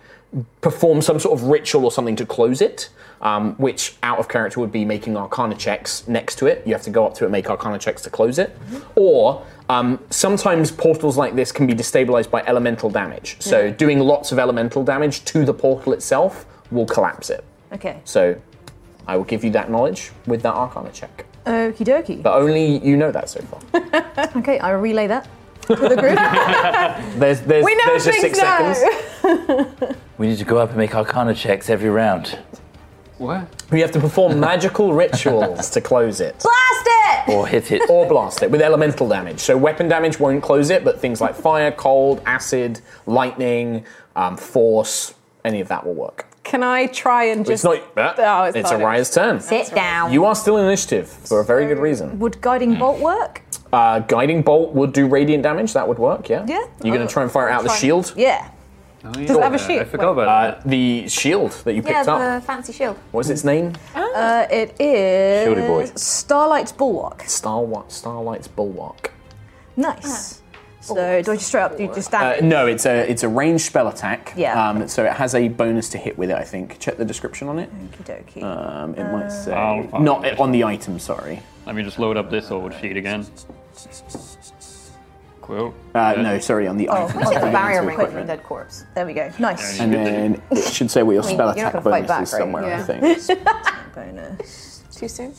B: perform some sort of ritual or something to close it, um, which out of character would be making arcana checks next to it. You have to go up to it, make arcana checks to close it. Or um, sometimes portals like this can be destabilized by elemental damage. So
L: Mhm.
B: doing lots of elemental damage to the portal itself will collapse it.
L: Okay.
B: So I will give you that knowledge with that arcana check.
L: Okie dokie.
B: But only you know that so far.
L: Okay, I relay that.
B: There's, there's, there's just six seconds.
H: We need to go up and make Arcana checks every round.
F: What?
B: We have to perform magical rituals to close it.
E: Blast it!
H: Or hit it.
B: Or blast it with elemental damage. So weapon damage won't close it, but things like fire, cold, acid, lightning, um, force, any of that will work.
D: Can I try and
B: It's
D: just?
B: not.
D: Oh,
B: it's
D: not
B: a Raya's turn.
D: Sit down.
B: You are still in initiative for a very good reason.
G: Would guiding bolt work?
B: Uh, guiding bolt would do radiant damage. That would work. Yeah.
G: Yeah.
B: You're going to try and fire it out the shield.
G: Yeah.
B: Does
G: it have a shield? I forgot
B: about that. The shield that you picked up.
G: fancy shield.
B: What's its name?
G: Uh, it is
B: Shieldy boy.
G: Starlight's Bulwark.
B: Starwa- Starlight's Bulwark.
E: Ah.
G: Nice. So do I just straight up do just
B: Uh,
G: damage?
B: no, it's a it's a ranged spell attack.
G: Yeah.
B: Um, so it has a bonus to hit with it. I think. Check the description on it.
G: Okey-dokey.
B: Um, it might
G: Uh,
B: say
F: I'll find
B: not on the item. Sorry.
F: Let me just load up this old sheet again. Quill.
B: Uh, no, sorry, on the
G: Oh,
B: item.
G: we take the
B: Sorry,
G: barrier
B: into
G: ring from
B: equipment.
G: dead corpse. There we go. Nice.
B: And then it should say what your
G: I mean,
B: spell
G: you're not
B: attack
G: gonna
B: bonus
G: fight back,
B: is somewhere.
G: right?
B: I think.
G: bonus.
D: Too soon.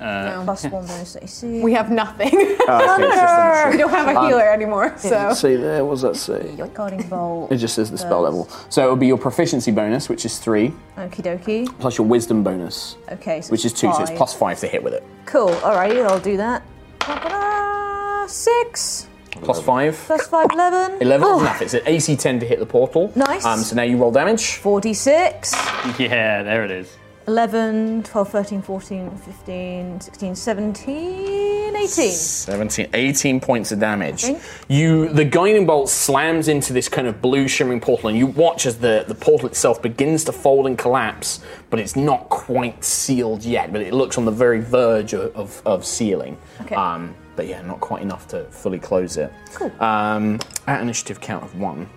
B: Uh,
G: Plus one bonus AC.
D: We have nothing.
B: Oh, okay, it's just an issue.
D: we don't have a
B: Um,
D: healer anymore, so.
B: See there, what does that say?
G: Guarding bolt.
B: It just says the
G: Uh,
B: spell level. So it would be your proficiency bonus, which is three,
G: Okie dokie.
B: plus your wisdom bonus,
G: Okay, so
B: which is
G: it's
B: two. So it's
G: five.
B: plus five to hit with it.
G: Cool. Alrighty, I'll do that. Ba-ba-da. Six.
B: Plus five.
G: Plus five, eleven.
B: Eleven is enough. It's an AC ten to hit the portal.
G: Nice.
B: Um, so now you roll damage.
G: Forty-six.
F: Yeah, there it is.
G: 11, 12, 13, 14, 15, 16, 17, 18.
B: 17, 18 points of damage.
G: Okay.
B: You, the guiding bolt slams into this kind of blue shimmering portal, and you watch as the, the portal itself begins to fold and collapse, but it's not quite sealed yet. But it looks on the very verge of, of, of sealing.
G: Okay.
B: Um, but yeah, not quite enough to fully close it. Cool. Um, at initiative count of one,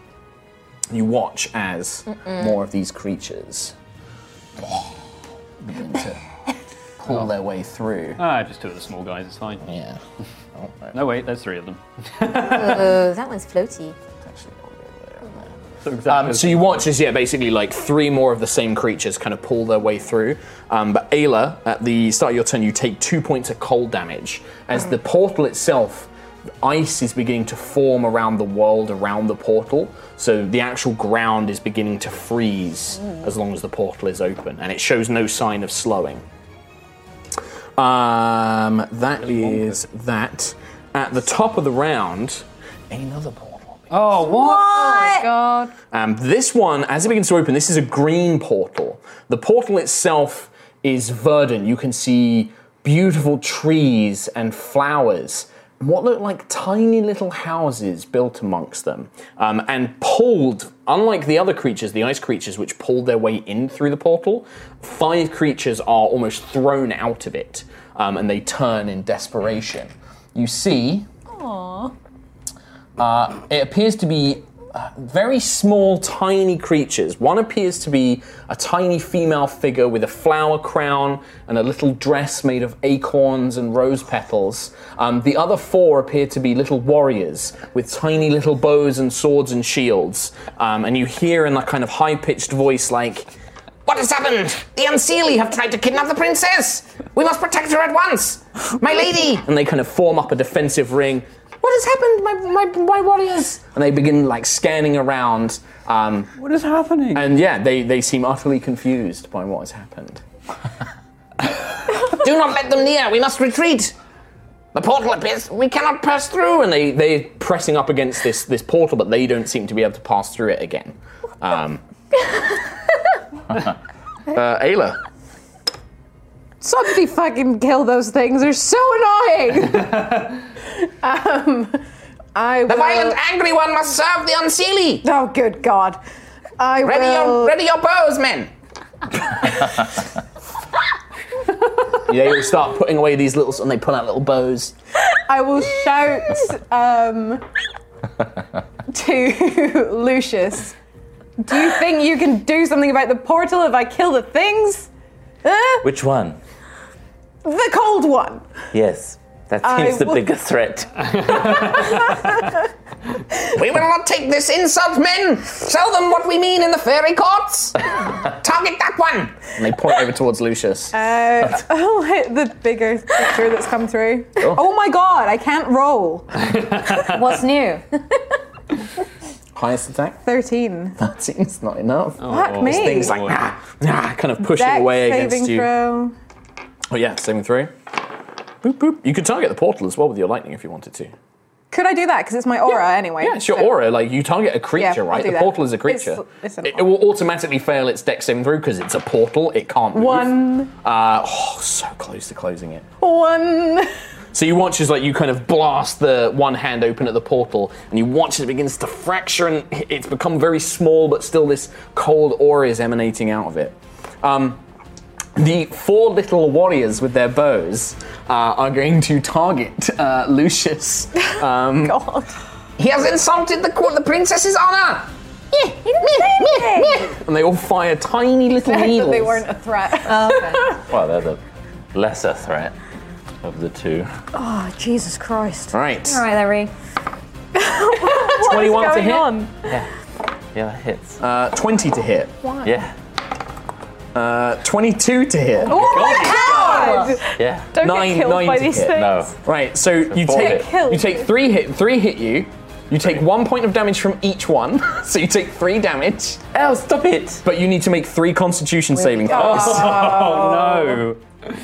B: you watch as
G: Mm-mm.
B: more of these creatures begin to pull their way through.
F: Ah, just two of the small guys, it's fine.
B: Yeah.
F: No, wait, there's three of them.
E: Oh, that one's floaty.
B: Um, so you watch as yeah, basically like three more of the same creatures kind of pull their way through. Um, but Ayla, at the start of your turn, you take two points of cold damage as the portal itself. the Ice is beginning to form around the world around the portal, so the actual ground is beginning to freeze
K: Mm.
B: as long as the portal is open, and it shows no sign of slowing. Um, that is that. At the top of the round, another portal.
F: Oh, what?
B: Oh,
F: my God.
B: um, this one, as it begins to open, this is a green portal. The portal itself is verdant. You can see beautiful trees and flowers, and what look like tiny little houses built amongst them. Um, and pulled, unlike the other creatures, the ice creatures, which pulled their way in through the portal, five creatures are almost thrown out of it, um, and they turn in desperation. You see
G: Aww.
B: uh, it appears to be uh, very small, tiny creatures. One appears to be a tiny female figure with a flower crown and a little dress made of acorns and rose petals. Um, the other four appear to be little warriors with tiny little bows and swords and shields. Um, and you hear in a kind of high pitched voice, like, What has happened? The Unseelie have tried to kidnap the princess! We must protect her at once! My lady! And they kind of form up a defensive ring. What has happened, my, my, my warriors? and they begin like scanning around. Um,
F: what is happening?
B: And yeah, they, they seem utterly confused by what has happened. Do not let them near. We must retreat. The portal appears. We cannot pass through. And they they pressing up against this this portal, but they don't seem to be able to pass through it again. Um, uh, Ayla,
D: Somebody fucking kill those things. They're so annoying. um, I
B: The
D: will...
B: violent, angry one must serve the unseelie.
D: Oh, good God. I
B: ready
D: will...
B: your ready your bows, men. they all start putting away these little, and they pull out little bows.
D: I will shout um, to Lucius. Do you think you can do something about the portal if I kill the things? Huh?
H: Which one?
D: the cold one.
H: Yes, that
D: I
H: seems the
D: will-
H: biggest threat.
B: We will not take this insult, men! Show them what we mean in the fairy courts! Target that one! And they point over towards Lucius.
D: Uh, I'll hit the bigger picture that's come through. Oh my god, I can't roll.
E: What's new?
B: Highest attack?
D: 13.
B: That seems not enough.
D: Fuck me.
B: This Oh, thing's like, nah, nah, kind of pushing
D: Dex
B: away
D: saving
B: against you.
D: Throw.
B: Oh, yeah, saving throw. Boop, boop. You could target the portal as well with your lightning if you wanted to.
D: Could I do that? Because it's my aura anyway.
B: Yeah, it's your
D: so-
B: aura. Like you target a creature,
D: Yeah, I'll
B: right?
D: do
B: The
D: that.
B: portal is a creature.
D: It's- it's an
B: it, it will automatically fail its deck saving through because it's a portal. It can't move.
D: One.
B: Uh, oh, so close to closing it.
D: One.
B: So you watch as like you kind of blast the one hand open at the portal, and you watch as it begins to fracture, and it's become very small, but still this cold aura is emanating out of it. Um, the four little warriors with their bows uh, are going to target uh, Lucius. Um, God. He has insulted the court, the princess's honor. And they all fire tiny little needles.
D: they weren't a threat.
H: Well, they're the lesser threat of the two.
G: Oh, Jesus Christ.
B: All right.
E: All right, Larry.
B: 21 to hit.
H: Yeah, that hits.
B: Uh, 20 to hit.
H: Why? Yeah.
B: Uh, 22 to hit.
D: Oh,
H: Yeah.
B: Don't Oh nine, nine to hit. Right, so you
H: four
B: take
H: hit. Get killed.
B: you take three hit three hit you. You take one point of damage from each one, so you take three damage.
H: Oh, stop it!
B: But you need to make three Constitution saving
D: Oh.
B: throws.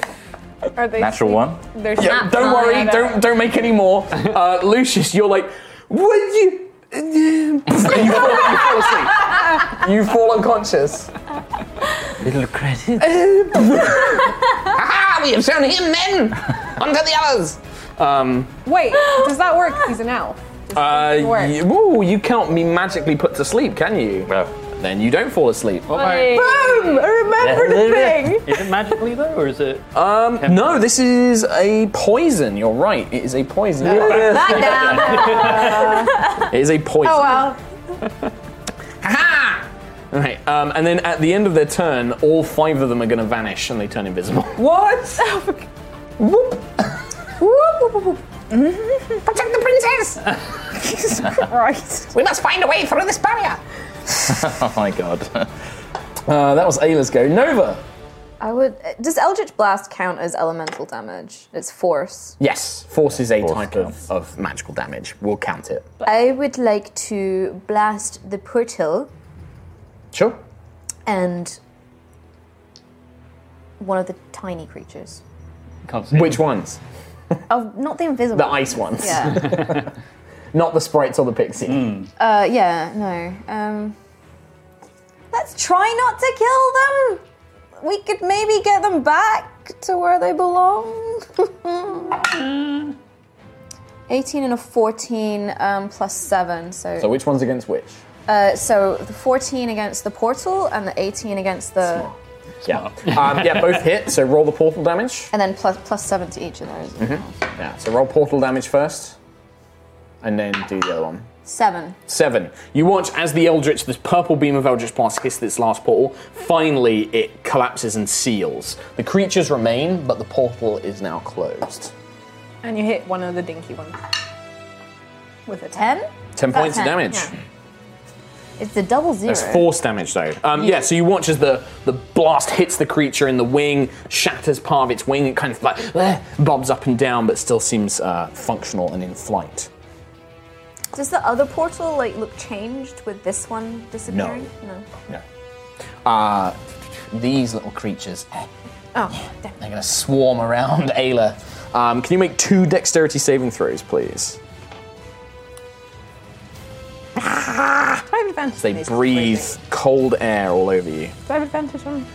D: Oh, Are they
H: Natural one.
D: They're
B: Yeah, don't worry, don't don't make any more. Uh, Lucius, you're like, would you? you, fall, you fall asleep. You fall unconscious.
H: Little credit.
B: Haha, we have shown him men. On to the others. Um,
D: Wait, does that work? He's an elf.
B: Uh,
D: work.
B: you, ooh, you can't be magically put to sleep, can you? No. Then you don't fall asleep.
D: Boom! I remembered a thing.
F: Is it magically though, or is it?
B: Um, no, this is a poison. You're right. It is a poison.
E: Back down.
B: it is a poison.
D: Oh well.
B: Right. Um, and then at the end of their turn, all five of them are going to vanish and they turn invisible.
D: What? whoop. whoop, whoop, whoop.
B: Protect the princess!
D: Jesus Christ.
B: We must find a way through this barrier.
H: oh my god.
B: Uh, that was Ayla's go. Nova.
E: I would. Does Eldritch Blast count as elemental damage? It's force.
B: Yes, force is a type of, of magical damage. We'll count it.
E: I would like to blast the portal
B: Sure.
E: and one of the tiny creatures.
B: Which ones?
E: Of Oh, not the invisible.
B: The ice ones.
E: Yeah.
B: Not the sprites or the pixie.
H: Hmm.
E: Uh, yeah. No. Um, let's try not to kill them. We could maybe get them back to where they belong. Eighteen and a fourteen um, plus seven. So.
B: So which one's against which?
E: Uh, so the fourteen against the portal and the eighteen against the.
B: Yeah. Um, yeah, both hit. So roll the portal damage.
E: And then plus plus seven to each of those.
B: Mm-hmm. Yeah, so roll portal damage first, and then do the other one.
E: Seven.
B: Seven. You watch as the Eldritch, this purple beam of Eldritch Blast hits its last portal. Finally, it collapses and seals. The creatures remain, but the portal is now closed.
D: And you hit one of the dinky ones. With a Uh,
E: ten?
B: Ten points of damage.
E: It's the double zero.
B: That's force damage, though. Um, yeah. so you watch as the, the blast hits the creature in the wing, shatters part of its wing, it kind of like bleh, bobs up and down, but still seems uh, functional and in flight.
E: Does the other portal like look changed with this one disappearing? No.
B: No. Uh, these little creatures, eh,
E: Oh,
B: they're going to swarm around Ayla. Um, can you make two dexterity saving throws, please?
D: Do I have advantage?
B: As they breathe cold air all over you.
D: Do I have advantage on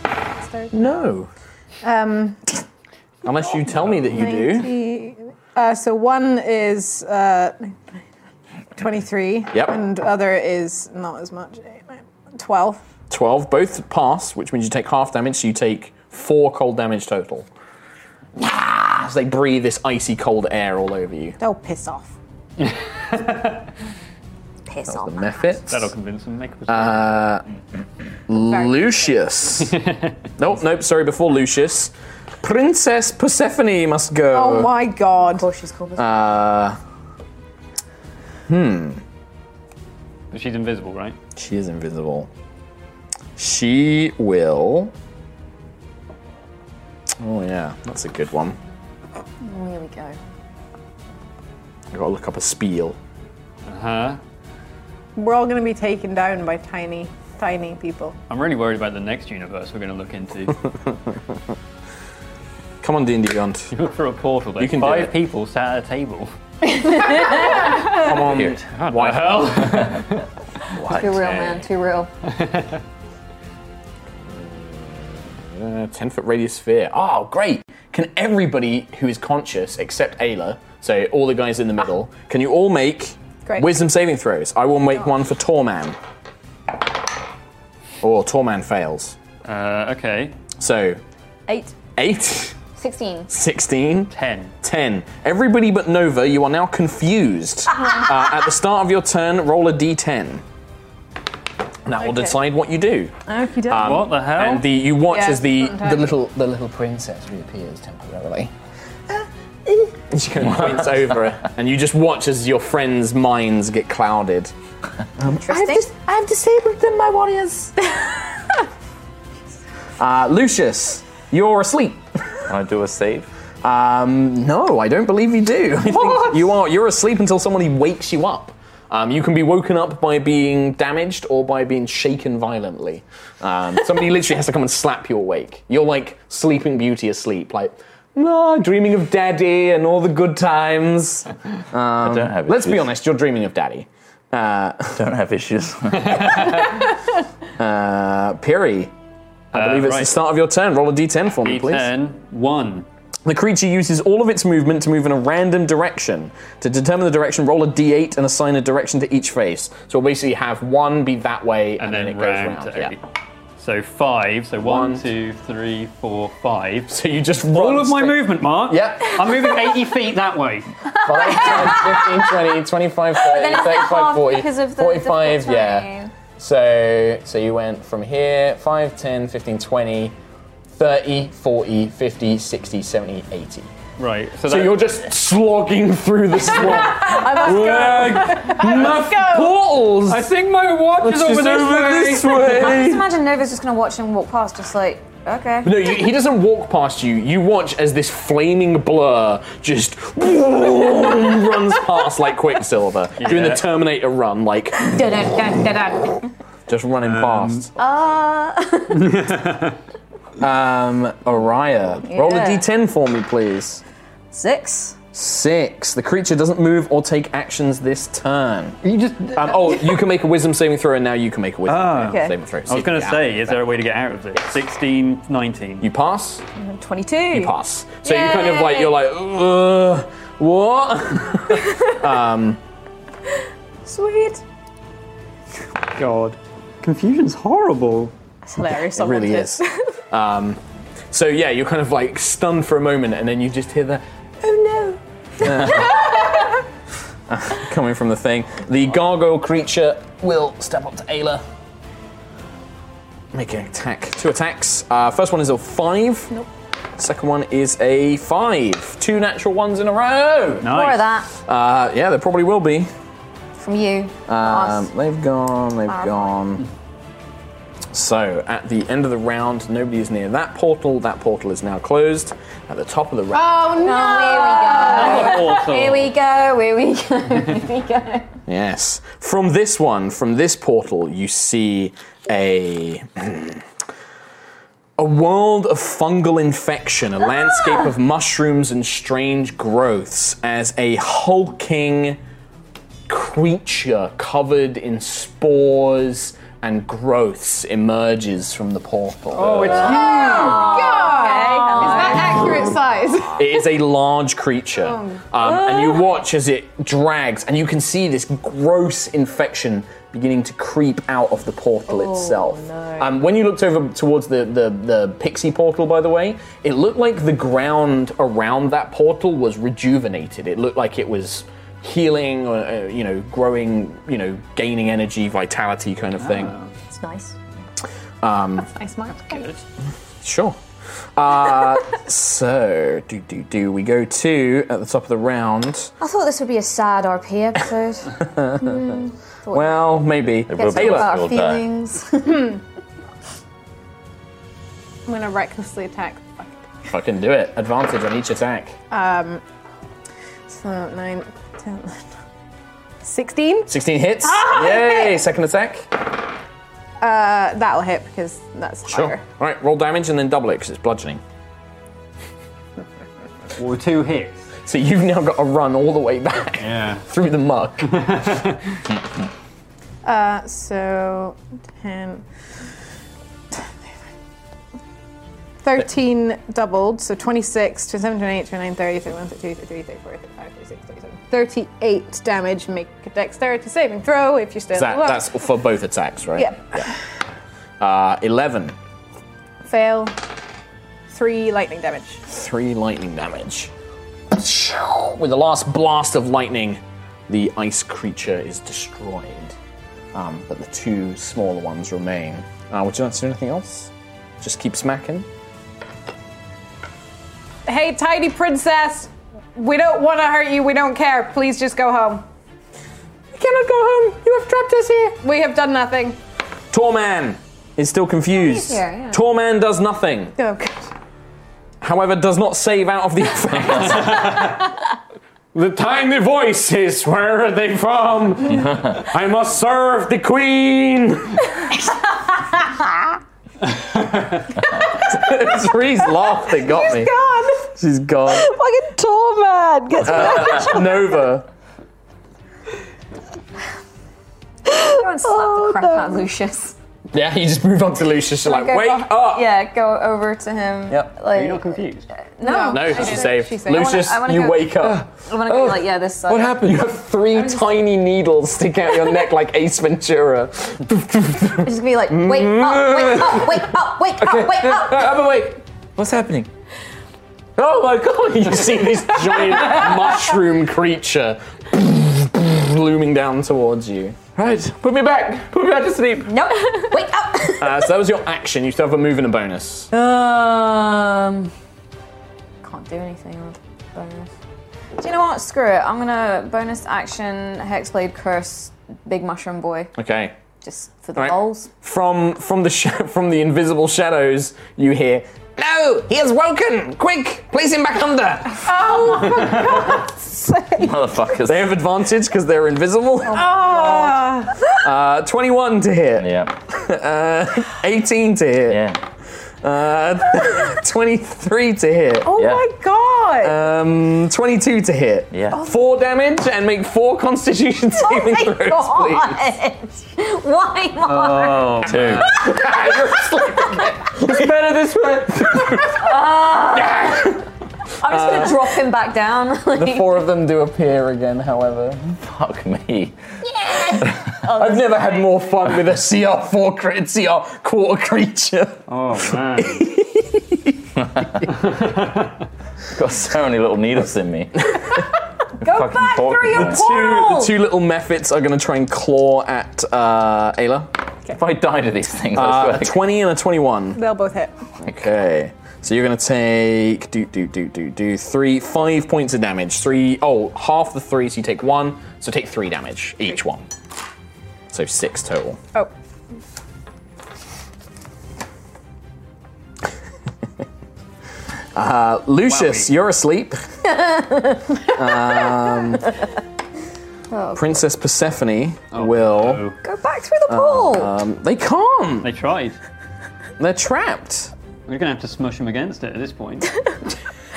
D: start?
B: No.
D: Um,
B: Unless you tell me that you do.
D: 90 Uh, so one is uh, 23.
B: Yep.
D: And other is not as much. 12.
B: 12. Both pass, which means you take half damage, so you take four cold damage total. Ah, As they breathe this icy cold air all over you.
D: They'll piss off.
E: piss
B: off. The Mephits.
F: That'll convince them. Make a
B: Uh, Lucius. nope, nope, sorry, before Lucius. Princess Persephone must go.
D: Oh my god. Of course
E: she's called
B: Uh, hmm.
F: She's invisible, right?
B: She is invisible. She will. Oh, yeah, that's a good one.
E: Oh, here we go.
B: i got to look up a spiel.
F: Uh huh.
D: We're all going to be taken down by tiny, tiny people.
F: I'm really worried about the next universe we're going to look into.
B: Come on, D&D Beyond.
F: you look for a portal. There.
B: You can do
F: Five
B: it.
F: people sat at a table.
B: Come on. Why hell?
K: Too real, man. Too real.
B: Uh, 10 foot radius sphere. Oh, great. Can everybody who is conscious, except Ayla, so all the guys in the middle, can you all make
D: Great.
B: wisdom saving throws? I will make one for Torman. Oh, Torman fails.
F: Uh, okay.
B: So,
K: Eight.
B: 8,
K: Sixteen.
B: 16, 10. 10. Everybody but Nova, you are now confused. uh, at the start of your turn, roll a d10. And that will
D: Okay.
B: decide what you do.
D: Okie
B: Um, And the, you watch
D: Yeah,
B: as the,
D: sometimes. The little-
B: the little princess reappears temporarily. She kind of points over it, and you just watch as your friends' minds get clouded.
K: I've, Um, dis- I've disabled them, my warriors.
B: Uh, Lucius, you're asleep. Can I do a save? Um, no, I don't believe you do. I think you are. You're asleep until somebody wakes you up. Um, you can be woken up by being damaged or by being shaken violently. Um, somebody literally has to come and slap you awake. You're like Sleeping Beauty asleep, like no, dreaming of daddy and all the good times. I
H: don't have
B: Um, Let's be
H: issues.
B: honest, you're dreaming of daddy. Uh, don't have issues. uh, Piri, I
F: Uh,
B: believe it's the
F: right.
B: start of your turn. Roll a d10 for me, please.
F: D10,
B: one. The creature uses all of its movement to move in a random direction. To determine the direction, roll a d8 and assign a direction to each face. So we'll basically have one be that way, and, then, it
F: round
B: goes
F: to
B: round.
F: eight. So five. So one,
B: One,
F: two, three, four, five.
B: So you just
F: all of my movement, Mark.
B: Yep.
F: I'm moving 80 feet that way.
B: 5, 10, 15, 20, 25, 30, 35, 40,
K: because of the
B: 45, yeah. So, so you went from here 5, 10, 15, 20, 30, 40, 50, 60, 70, 80.
F: Right. So,
B: So
F: that-
B: you're just slogging through the swamp.
F: I must go.
B: Leg,
F: I must
B: muff, portals.
F: I think my watch
B: It's
F: is over
B: just
F: this
B: over
F: way.
E: I
B: this way.
E: just imagine Nova's just gonna watch and walk past, just like, okay.
B: No, you, he doesn't walk past you. You watch as this flaming blur just runs past like Quicksilver, doing the
E: Yeah.
B: Terminator run, like
E: Dun, dun, dun, dun, dun.
B: just running
F: Um,
B: past.
E: Uh,
B: Um, Araya, roll a
E: Yeah.
B: d10 for me, please.
K: Six.
B: Six. The creature doesn't move or take actions this turn. You just. Um, oh, you can make a wisdom saving throw, and now you can make a wisdom
F: Ah.
B: saving-
F: Okay.
B: saving throw.
F: I was going to say, is there a way to get out of this? 16, 19.
B: You pass.
K: 22.
B: You pass. So you kind of like you're like, uh, what? um,
K: Sweet.
B: God, confusion's horrible.
K: That's hilarious.
B: It really is. um, so yeah, you're kind of like stunned for a moment, and then you just hear the
K: Oh
B: coming from the thing. The gargoyle creature will step up to Ayla. Make an attack. Two attacks. Uh, first one is a five. Nope. Second one is a five. Two natural ones in a row.
E: More of that
B: Uh, yeah, there probably will be.
E: from you.
B: Um, they've gone, they've
E: Alright.
B: gone. So, at the end of the round, nobody is near that portal. That portal is now closed. At the top of the round.
E: Oh, no!
B: Awful.
E: Oh, Here we go. Here we go. Here we go. Here
B: Yes. From this one, from this portal, you see a. A world of fungal infection, a landscape of mushrooms and strange growths, as a hulking creature covered in spores and growths emerges from the portal.
K: Oh, it's God. Is that accurate size?
B: It is a large creature.
K: Oh.
B: Um, and you watch as it drags, and you can see this gross infection beginning to creep out of the portal
K: Oh,
B: itself. Um, when you looked over towards the, the, the pixie portal, by the way, it looked like the ground around that portal was rejuvenated. It looked like it was healing, or, uh, you know, growing, you know, gaining energy, vitality kind of thing.
G: It's nice.
K: Oh.
B: Um,
G: Nice, Mark. Good.
B: Sure. Uh, so, do do do. We go to at the top of the round.
E: I thought this would be a sad RP episode.
B: well, maybe.
E: Hmm. Get some
B: Ayla.
E: about our feelings.
D: I'm gonna recklessly attack.
B: Fucking do it. Advantage on each attack.
D: Um, so nine, ten, sixteen.
B: 16 hits.
D: Ah,
B: Yay! Second attack.
D: Uh, that'll hit because that's
B: Sure.
D: higher.
B: All right, roll damage and then double it because it's bludgeoning.
F: Or two hits.
B: So you've now got to run all the way back through the muck.
D: Uh, so 10, 13 doubled, so 26, 27, 28, 29, 30, 31, 32, 33, 34, 35, 36, 37, 38 damage. Make a dexterity saving throw if you still
B: Is that,
D: alive.
B: that's for both attacks, right?
D: Yeah.
B: Uh, 11.
D: Fail. Three lightning damage.
B: Three lightning damage. With the last blast of lightning, the ice creature is destroyed. Um, but the two smaller ones remain. Uh, would you like to do anything else? Just keep smacking?
D: Hey, tidy princess, we don't want to hurt you. We don't care. Please just go home. We cannot go home. You have trapped us here. We have done nothing.
B: Torman is still confused.
D: Yeah, he's here, yeah.
B: Torman does nothing.
D: Oh,
B: However, does not save out of the effect.
M: The tiny voices, where are they from? I must serve the queen!
B: Three's laugh that got me.
K: God,
B: She's gone.
K: fucking tall man gets back.
B: Uh, Nova.
E: Everyone slap
B: Oh,
E: the crap out of Lucius.
B: Yeah, you just move on to Lucius. She's like,
E: Go-
B: wait.
E: Yeah, go over to him.
B: Yep.
E: Like, uh,
B: confused?
E: No.
B: No,
E: I-
B: she's saved.
E: she's saved.
B: Lucius,
E: I wanna- I wanna go-
B: you wake up.
E: I want to go like, yeah, this side.
B: What happened? You have three tiny needles stick out your neck like Ace Ventura.
E: Oh, It's just gonna be like, wake up, wake up, wake up, wake up, wake up.
B: but wait. What's happening? Oh my god, you see this giant mushroom creature looming down towards you. Right, put me back. Put me back to sleep.
E: Nope. Wake up.
B: Uh, so that was your action. You still have a move and a bonus.
E: Um, can't do anything on bonus. Do you know what? Screw it. I'm gonna bonus action Hexblade Curse Big Mushroom Boy
B: Okay.
E: just for the
B: Right.
E: goals.
B: From from the sh- from the invisible shadows, you hear. No, he has woken. Quick, place him back under.
K: Oh my God.
B: Motherfuckers. They have advantage because they're invisible.
K: Oh, Ah.
B: Uh, 21 to hit. Yeah. Uh, 18 to hit. Yeah. Uh, 23 to hit.
K: Oh my God. Oh.
B: Um, 22 to hit. Yeah. Four damage and make four constitution saving
K: my
B: throws, please.
K: God.
E: Why more?
B: Uh,
F: Uh, Oh.
B: two. it's better this way.
E: I'm just gonna
B: Ah! Uh,
E: drop him back down.
B: the
E: like-
B: four of them do appear again, however. Fuck me.
E: Oh,
B: I've never had more fun with a CR four crit, CR quarter creature. Oh man.
H: Got so many little needles in me.
B: Go
H: back pork through your
B: the
H: knife.
B: two,
H: portal!
B: the two little mephits are going to try and claw at uh, Ayla. If I died of these things,
H: I swear.
B: uh, a twenty and a twenty-one.
D: They'll both hit.
B: Okay, so you're going to take do do do do do three five points of damage. Three oh half the three, so you take one. So take three damage each one. So six total.
D: Oh.
B: Uh, Lucius, you're asleep. Um,
E: Oh,
B: Princess Persephone will.
E: Go back through the pool.
B: Um, they can't.
F: Oh. They tried.
B: They're trapped.
F: We're gonna have to smush them against it at this point.
D: Go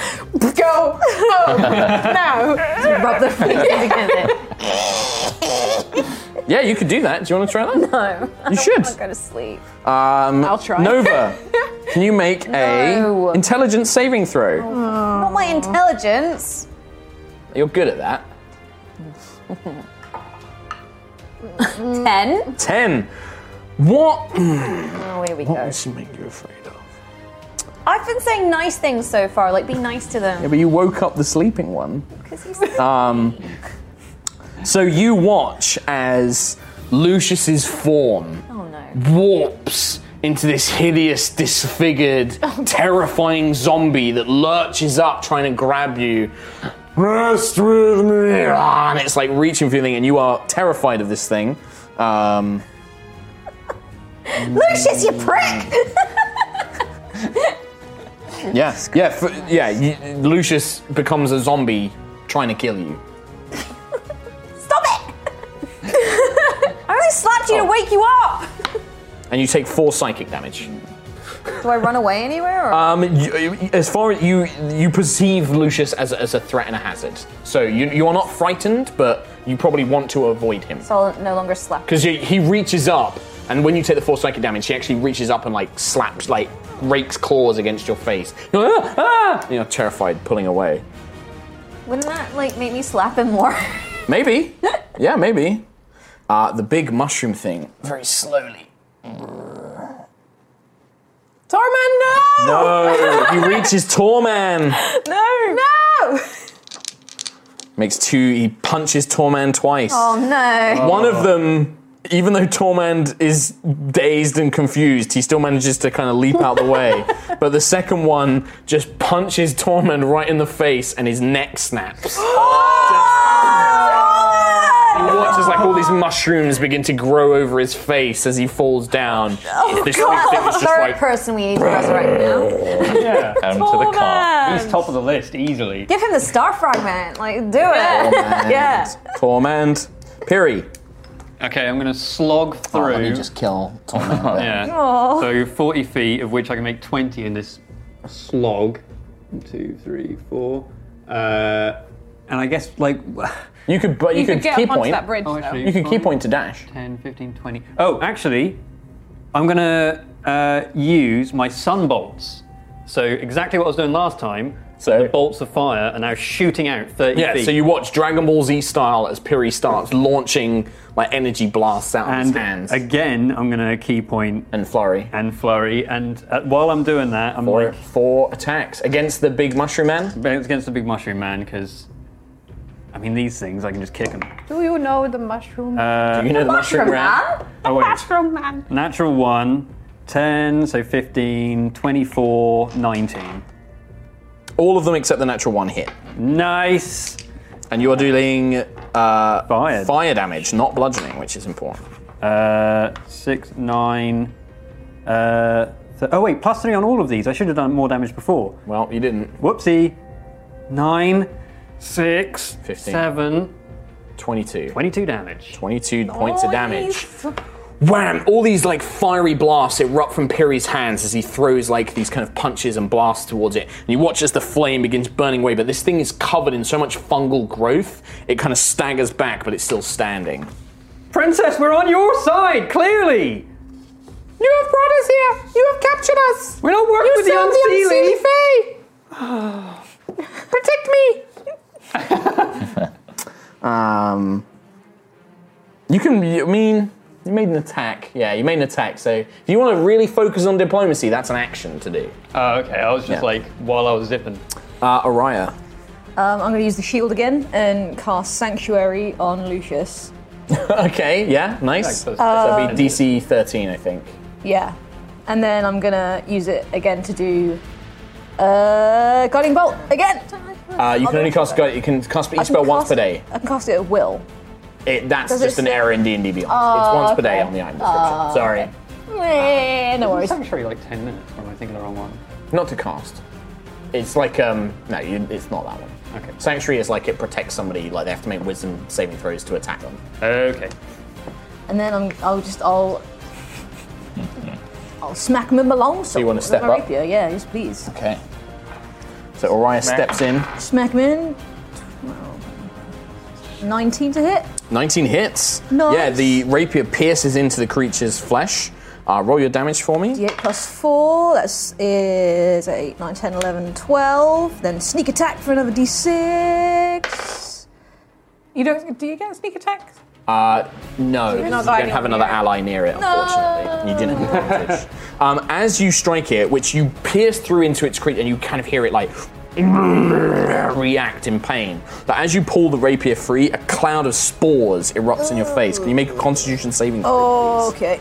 K: Oh,
D: home now.
E: Rub their faces against it.
B: yeah, you could do that. Do you want to try that?
E: No.
B: You should.
E: I'm gonna sleep.
B: Um,
E: I'll try.
B: Nova, can you make
E: No.
B: a intelligence saving throw?
E: Not my intelligence.
B: You're good at that.
E: Ten.
B: Ten. What?
E: Oh, here we
B: what
E: go.
B: does she make you afraid of?
E: I've been saying nice things so far, like be nice to them.
B: Yeah, but you woke up the sleeping one.
E: 'Cause he's
B: Um, so you watch as Lucius's form warps into this hideous, disfigured, terrifying zombie that lurches up trying to grab you. Rest with me! Ah, And it's like reaching for your thing, and you are terrified of this thing. Um,
E: Lucius, you prick!
B: yeah, yeah, f- yeah. y Lucius becomes a zombie trying to kill you.
E: Stop it!
B: Oh.
E: I only slapped you to wake you up!
B: and you take four psychic damage.
E: Do I run away anywhere? Or?
B: Um, you, as far as you you perceive Lucius as a, as a threat and a hazard, so you you are not frightened, but you probably want to avoid him
E: so I'll no longer slap.
B: because he reaches up, and when you take the four psychic damage, he actually reaches up and like slaps like rakes claws against your face. You're, like, "Ah, ah!" And you're terrified, pulling away.
E: Wouldn't that like make me slap him more?
B: Maybe, yeah, maybe. Uh, the big mushroom thing. Very slowly.
K: Tormund,
B: No, he reaches Torman.
K: no! No! No!
B: Makes two. He punches Tormand twice.
E: Oh no.
B: One of them, even though Tormand is dazed and confused, he still manages to kind of leap out the way. but the second one just punches Tormand right in the face, and his neck snaps. He watches like all these mushrooms begin to grow over his face as he falls down. this big thing is just
E: third
B: like
E: person we need to resurrect now.
F: Yeah.
B: Add him to the
E: cart.
F: He's top of the list easily.
E: Give him the star fragment. Like, do it.
B: Tormund. Tormand. Piri.
F: Okay, I'm gonna slog through.
B: Oh, let me just kill Tormund.
F: yeah.
E: Aw.
F: So 40 feet, of which I can make 20 in this slog. One, Two, three, four. Uh, and I guess like Oh,
B: you could, but
L: you You could could get key up onto point. that bridge, though. You could key
B: point to dash.
F: 10, 15, 20. Oh, actually, I'm gonna uh, use my sun bolts. So exactly what I was doing last time. So the bolts of fire are now shooting out 30
B: Yeah,
F: feet.
B: so you watch Dragon Ball Z style as Piri starts launching like energy blasts out of his
F: and
B: hands.
F: again, I'm gonna key point
B: and flurry
F: and flurry. And uh, while I'm doing that, I'm
B: Four-
F: like
B: four attacks against the big mushroom man.
F: Against the big mushroom man, because I mean these things, I can just kick them.
D: Do you know the mushroom?
F: Uh,
B: Do you know the mushroom Mushroom
D: man?
F: Oh wait,
D: mushroom man.
F: natural one, 10, so 15, 24, 19.
B: All of them except the natural one hit.
F: Nice.
B: And you are dealing uh,
F: fire.
B: damage, not bludgeoning, which is important.
F: Uh, six, nine. Uh, th- oh wait, plus three on all of these. I should have done more damage before.
B: Well, you didn't.
F: Whoopsie. Nine, six,
B: 15.
F: seven,
B: 22.
F: 22 damage.
B: 22 points of damage. Wham! All these like fiery blasts erupt from Piri's hands as he throws like these kind of punches and blasts towards it. And you watch as the flame begins burning away, but this thing is covered in so much fungal growth, it kind of staggers back, but it's still standing.
F: Princess, we're on your side, clearly!
K: You have brought us here! You have captured us!
F: We're not working
K: you
F: with the
K: serve
F: Unseelie.
K: Unseelie Fae! Protect me!
B: Um, you can. I mean, you made an attack. Yeah, you made an attack. So if you want to really focus on diplomacy, that's an action to do.
F: Oh, okay. I was just
B: Yeah.
F: like, while I was zipping.
B: Uh, Araya.
G: Um, I'm going to use the shield again and cast Sanctuary on Lucius.
B: okay. Yeah. Nice.
G: Like those-
B: so
G: Um,
B: it'd be DC 13, I think.
G: Yeah. And then I'm going to use it again to do uh, Guiding Bolt again.
B: Uh, you can only cast. go- You can cast
G: I
B: each
G: can
B: spell once per
G: cast-
B: day.
G: I can cast it at will.
B: It, that's
G: Does it
B: just an
G: say-
B: error in D and D Beyond. it's
G: Oh,
B: once per day
G: okay.
B: on the item description.
G: Oh,
B: Sorry,
G: Eh, no worries.
F: Sanctuary like 10 minutes, or am I thinking the wrong one?
B: not to cast. It's like um no, you, it's not that one.
F: Okay.
B: Sanctuary is like it protects somebody. Like they have to make Wisdom saving throws to attack them.
F: Okay.
G: And then I'm, I'll just, I'll, I'll smack him in the long sword.
B: you wanna
G: with
B: step
G: my
B: up?
G: Rapier. Yeah, yes, please.
B: Okay. So Orion steps in.
G: Smack him in. 19 to hit.
B: 19 hits.
G: Nice.
B: Yeah, the rapier pierces into the creature's flesh. Uh, roll your damage for me.
G: D8 plus 4, that's is 8, 9, 10, 11, 12. Then sneak attack for another d6.
D: You don't? Do you get sneak attack?
B: Uh, no,
D: You're
B: you
D: not
B: don't
D: guiding
B: have another
D: near it.
B: ally near it,
D: No.
B: unfortunately. You didn't have advantage. Um, as you strike it, which you pierce through into its creature, and you kind of hear it like react in pain. But as you pull the rapier free, a cloud of spores erupts in your face. Can you make a constitution saving throw?
G: Oh, okay.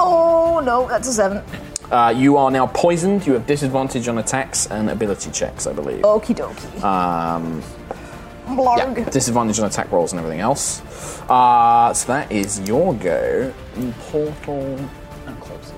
G: Oh, no, that's a 7.
B: Uh, you are now poisoned. You have disadvantage on attacks and ability checks, I believe.
G: Okie dokie.
B: Um,
G: Blarg.
B: Yeah, disadvantage on attack rolls and everything else. Uh, so that is your go. Portal and closes.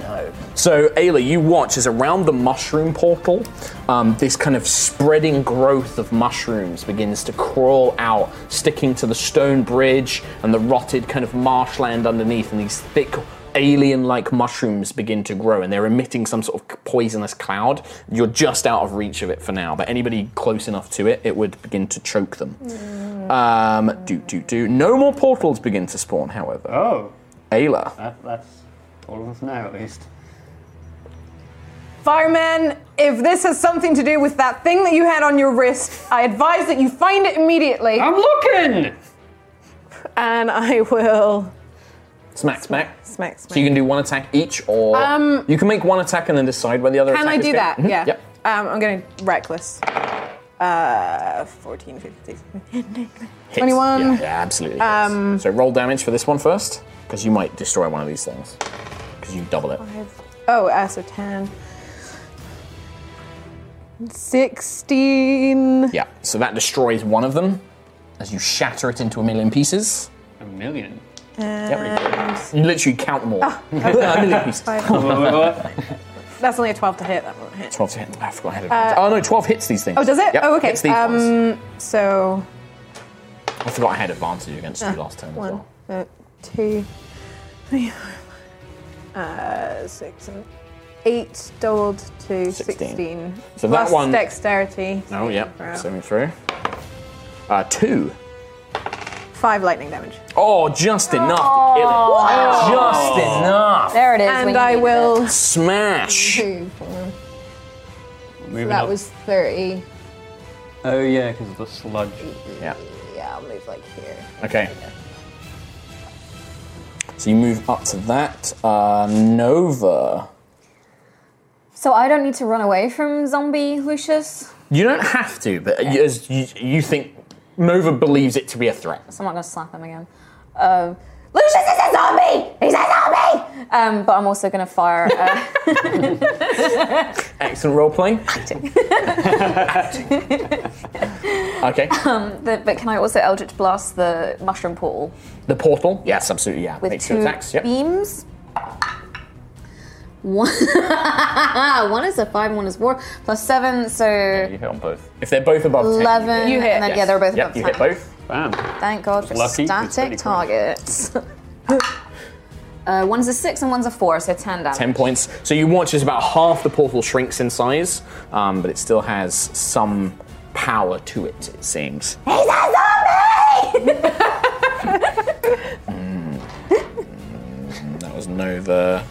B: No. So, Ayla, you watch as around the mushroom portal, um, this kind of spreading growth of mushrooms begins to crawl out, sticking to the stone bridge and the rotted kind of marshland underneath, and these thick alien like mushrooms begin to grow and they're emitting some sort of poisonous cloud. You're just out of reach of it for now, but anybody close enough to it, it would begin to choke them. Um, do, do, do. No more portals begin to spawn, however.
F: Oh.
B: Ayla.
F: That, that's all of us now, at least.
D: Fireman, if this has something to do with that thing that you had on your wrist, I advise that you find it immediately. I'm
F: looking!
D: And I will.
B: Smack, smack.
D: Smack, smack.
B: So you can do one attack each, or
D: Um,
B: you can make one attack and then decide where the other
D: Can
B: attack
D: I
B: is
D: do
B: going.
D: that?
B: Mhm,
D: Yeah.
B: Yep.
D: Um, I'm going to reckless. Uh, 14, 15, 16.
B: Hits.
D: 21.
B: Yeah, yeah, absolutely. hits.
D: Um,
B: so roll damage for this one first, because you might destroy one of these things. Because you double it.
D: Five. Oh, uh, so 10. 16.
B: Yeah. So that destroys one of them as you shatter it into a million pieces.
F: A million?
D: And
B: You literally count them all.
D: Ah,
B: a million pieces.
D: Five. that's only a 12 to hit. That won't hit.
B: 12 to hit. I forgot I had
D: Uh,
B: advantage. oh no, 12 hits these things.
D: Oh, does it?
B: Yep,
D: oh, okay.
B: Hits these
D: um,
B: ones.
D: So.
B: I forgot I had advantage against you last time.
D: One, uh, two, three, four, five, uh, six, and eight doubled to 16.
B: So that
D: Plus
B: one- Oh,
D: dexterity.
B: No, yep.
D: Wow.
B: Saving through. Uh, two.
D: Five lightning damage.
B: Oh, just enough to kill it.
E: Oh.
D: Wow.
B: Just enough.
D: There it is And when you I needed will- it.
B: smash.
N: Two, four. So
F: Moving
N: that
F: up.
N: was 30.
F: Oh, yeah, because of the sludge.
B: Yeah.
N: Yeah, I'll move like here.
B: Okay. So you move up to that. Uh, Nova.
E: So I don't need to run away from zombie Lucius.
B: You don't have to, but you- as you, you think Nova believes it to be a threat.
E: So I'm not gonna slap him again. Um, Lucius is a zombie. He's a zombie. Um, but I'm also gonna fire. Uh,
B: Excellent role playing. okay.
E: um, the, but can I also Eldritch blast the mushroom portal
B: The portal. Yes, absolutely. Yeah.
E: with
B: Make
E: two
B: two attacks. Yep.
E: beams? One, one is a five, and one is four, plus seven, so
B: You hit on both. If they're both above 10, you hit.
E: 11, You hit. and then, yeah, they're both
B: yep,
E: above
B: you hit
E: 10.
B: both. Bam.
E: Thank God for
B: Lucky, it's
E: static targets. uh, one's a six and one's a four, so ten damage.
B: 10 points. So you watch as about half the portal shrinks in size, um, but it still has some power to it, it seems.
J: 哎
E: He's a zombie!
B: And that was Nova.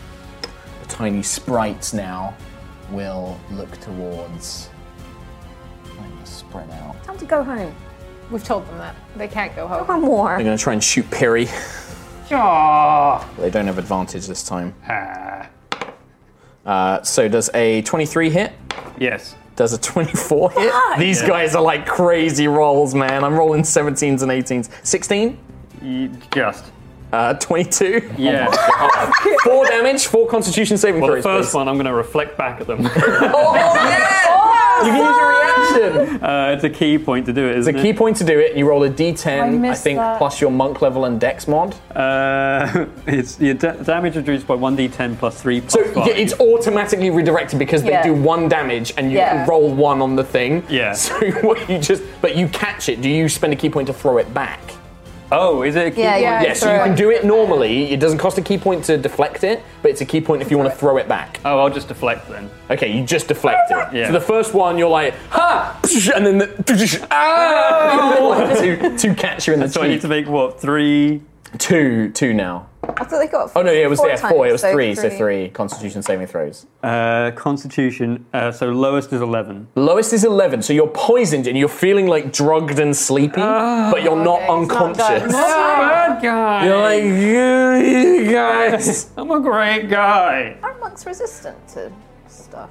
B: The tiny sprites now will look towards. Trying to spread out.
E: Time to go home.
D: We've told them that. They can't go home.
E: One more.
B: They're going to try and shoot Perry.
D: Aww.
B: They don't have advantage this time. Uh, so does a 23 hit?
F: Yes.
B: Does a 24 hit?
F: Fuck!
B: These
F: Yeah.
B: guys are like crazy rolls, man. I'm rolling 17s and 18s. 16?
F: Just.
B: Uh, 22?
F: Yeah.
B: four damage, four constitution saving
F: well, the
B: throws.
F: first one, I'm going to reflect back at them.
B: please. You can use your reaction.
F: Uh, it's a key point to do it, isn't
B: It's a
F: it?
B: key point to do it. You roll a d10, I,
F: missed
B: think,
F: that.
B: plus your monk level and dex mod.
F: Uh, it's your da- damage reduced by 1d10 plus 3 plus
B: Yeah,
F: 5.
B: it's automatically redirected because they
F: Yeah.
B: do one damage and you
F: Yeah.
B: roll one on the thing.
F: Yeah.
B: So what you just, but you catch it. Do you spend a key point to throw it back?
F: Oh, is it a key
B: yeah,
F: point?
B: Yeah, so you can do it normally. It doesn't cost a key point to deflect it, but it's a key point if you want to throw it back.
F: Oh, I'll just deflect then.
B: Okay, you just deflect it.
F: Yeah.
B: So the first one, you're like, ha! And then the, ah! to, to catch you in the
F: So Oh! I need
B: cheek.
F: to make what, 3?
B: Two, two now.
N: I thought they got.
B: Oh no, yeah, it was
N: four
B: yeah,
N: times,
B: four. It was
N: so
B: three, so three Constitution saving throws.
F: Uh, constitution. Uh, so lowest is 11.
B: Lowest is eleven, so you're poisoned and you're feeling like drugged and sleepy, but you're not unconscious.
F: bad guy.
B: You're like you, you guys.
F: I'm a great guy.
N: Aren't monks resistant to stuff?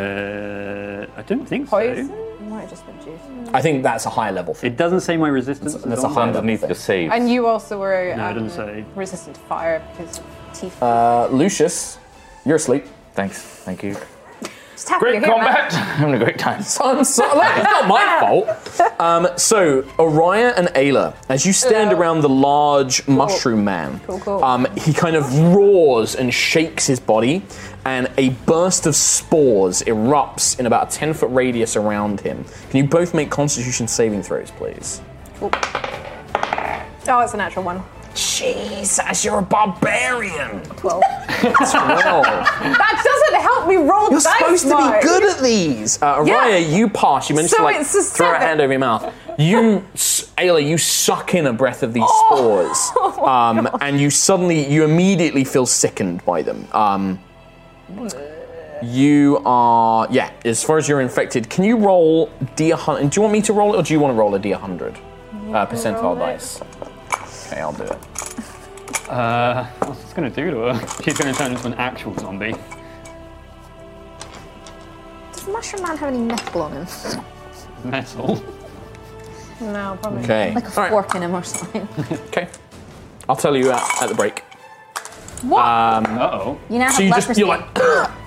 F: Uh, I don't think
N: Poison?
F: so.
N: Might have just been juice.
B: I think that's a high level.
F: It doesn't say my resistance.
B: That's- that's a high level Underneath thing. your save.
D: And you also were
F: No, it
D: um,
F: doesn't say.
D: resistant to fire because of teeth.
B: Uh, Lucius, you're asleep.
H: Thanks. Thank you.
D: Just happy
H: Great
D: you're here, man.
H: Having a great time.
B: I'm sorry. It's not my
K: Ah.
B: fault. Um, so, Araya and Ayla, as you stand around the large mushroom man,
K: Cool, cool.
B: Um, he kind of roars and shakes his body, and a burst of spores erupts in about a 10 foot radius around him. Can you both make constitution saving throws, please?
D: Oh, it's a natural one.
B: Jesus, you're a barbarian.
N: Twelve.
L: that doesn't help me roll
B: You're
L: dice.
B: supposed to
L: Mark.
B: be good at these. Uh, Araya,
L: Yeah.
B: you pass. You managed
L: So
B: to like
L: it's a
B: throw a
L: seven.
B: hand over your mouth. You, s- Ayla, you suck in a breath of these
L: Oh
B: spores, um, and you suddenly, you immediately feel sickened by them. Um, you are, yeah. As far as you're infected, can you roll d hundred? Do you want me to roll it, or do you want to roll a d hundred uh, percentile dice? Okay, I'll do it.
F: Uh, what's this going to do to her? She's going to turn into an actual zombie.
N: Does Mushroom Man have any metal on him?
F: Metal.
N: No,
B: probably Okay. not.
N: Like a fork in him or something.
B: Okay, I'll tell you uh, at the break.
D: What?
B: Um, Uh-oh.
N: You now
B: so you
N: have
B: just you're like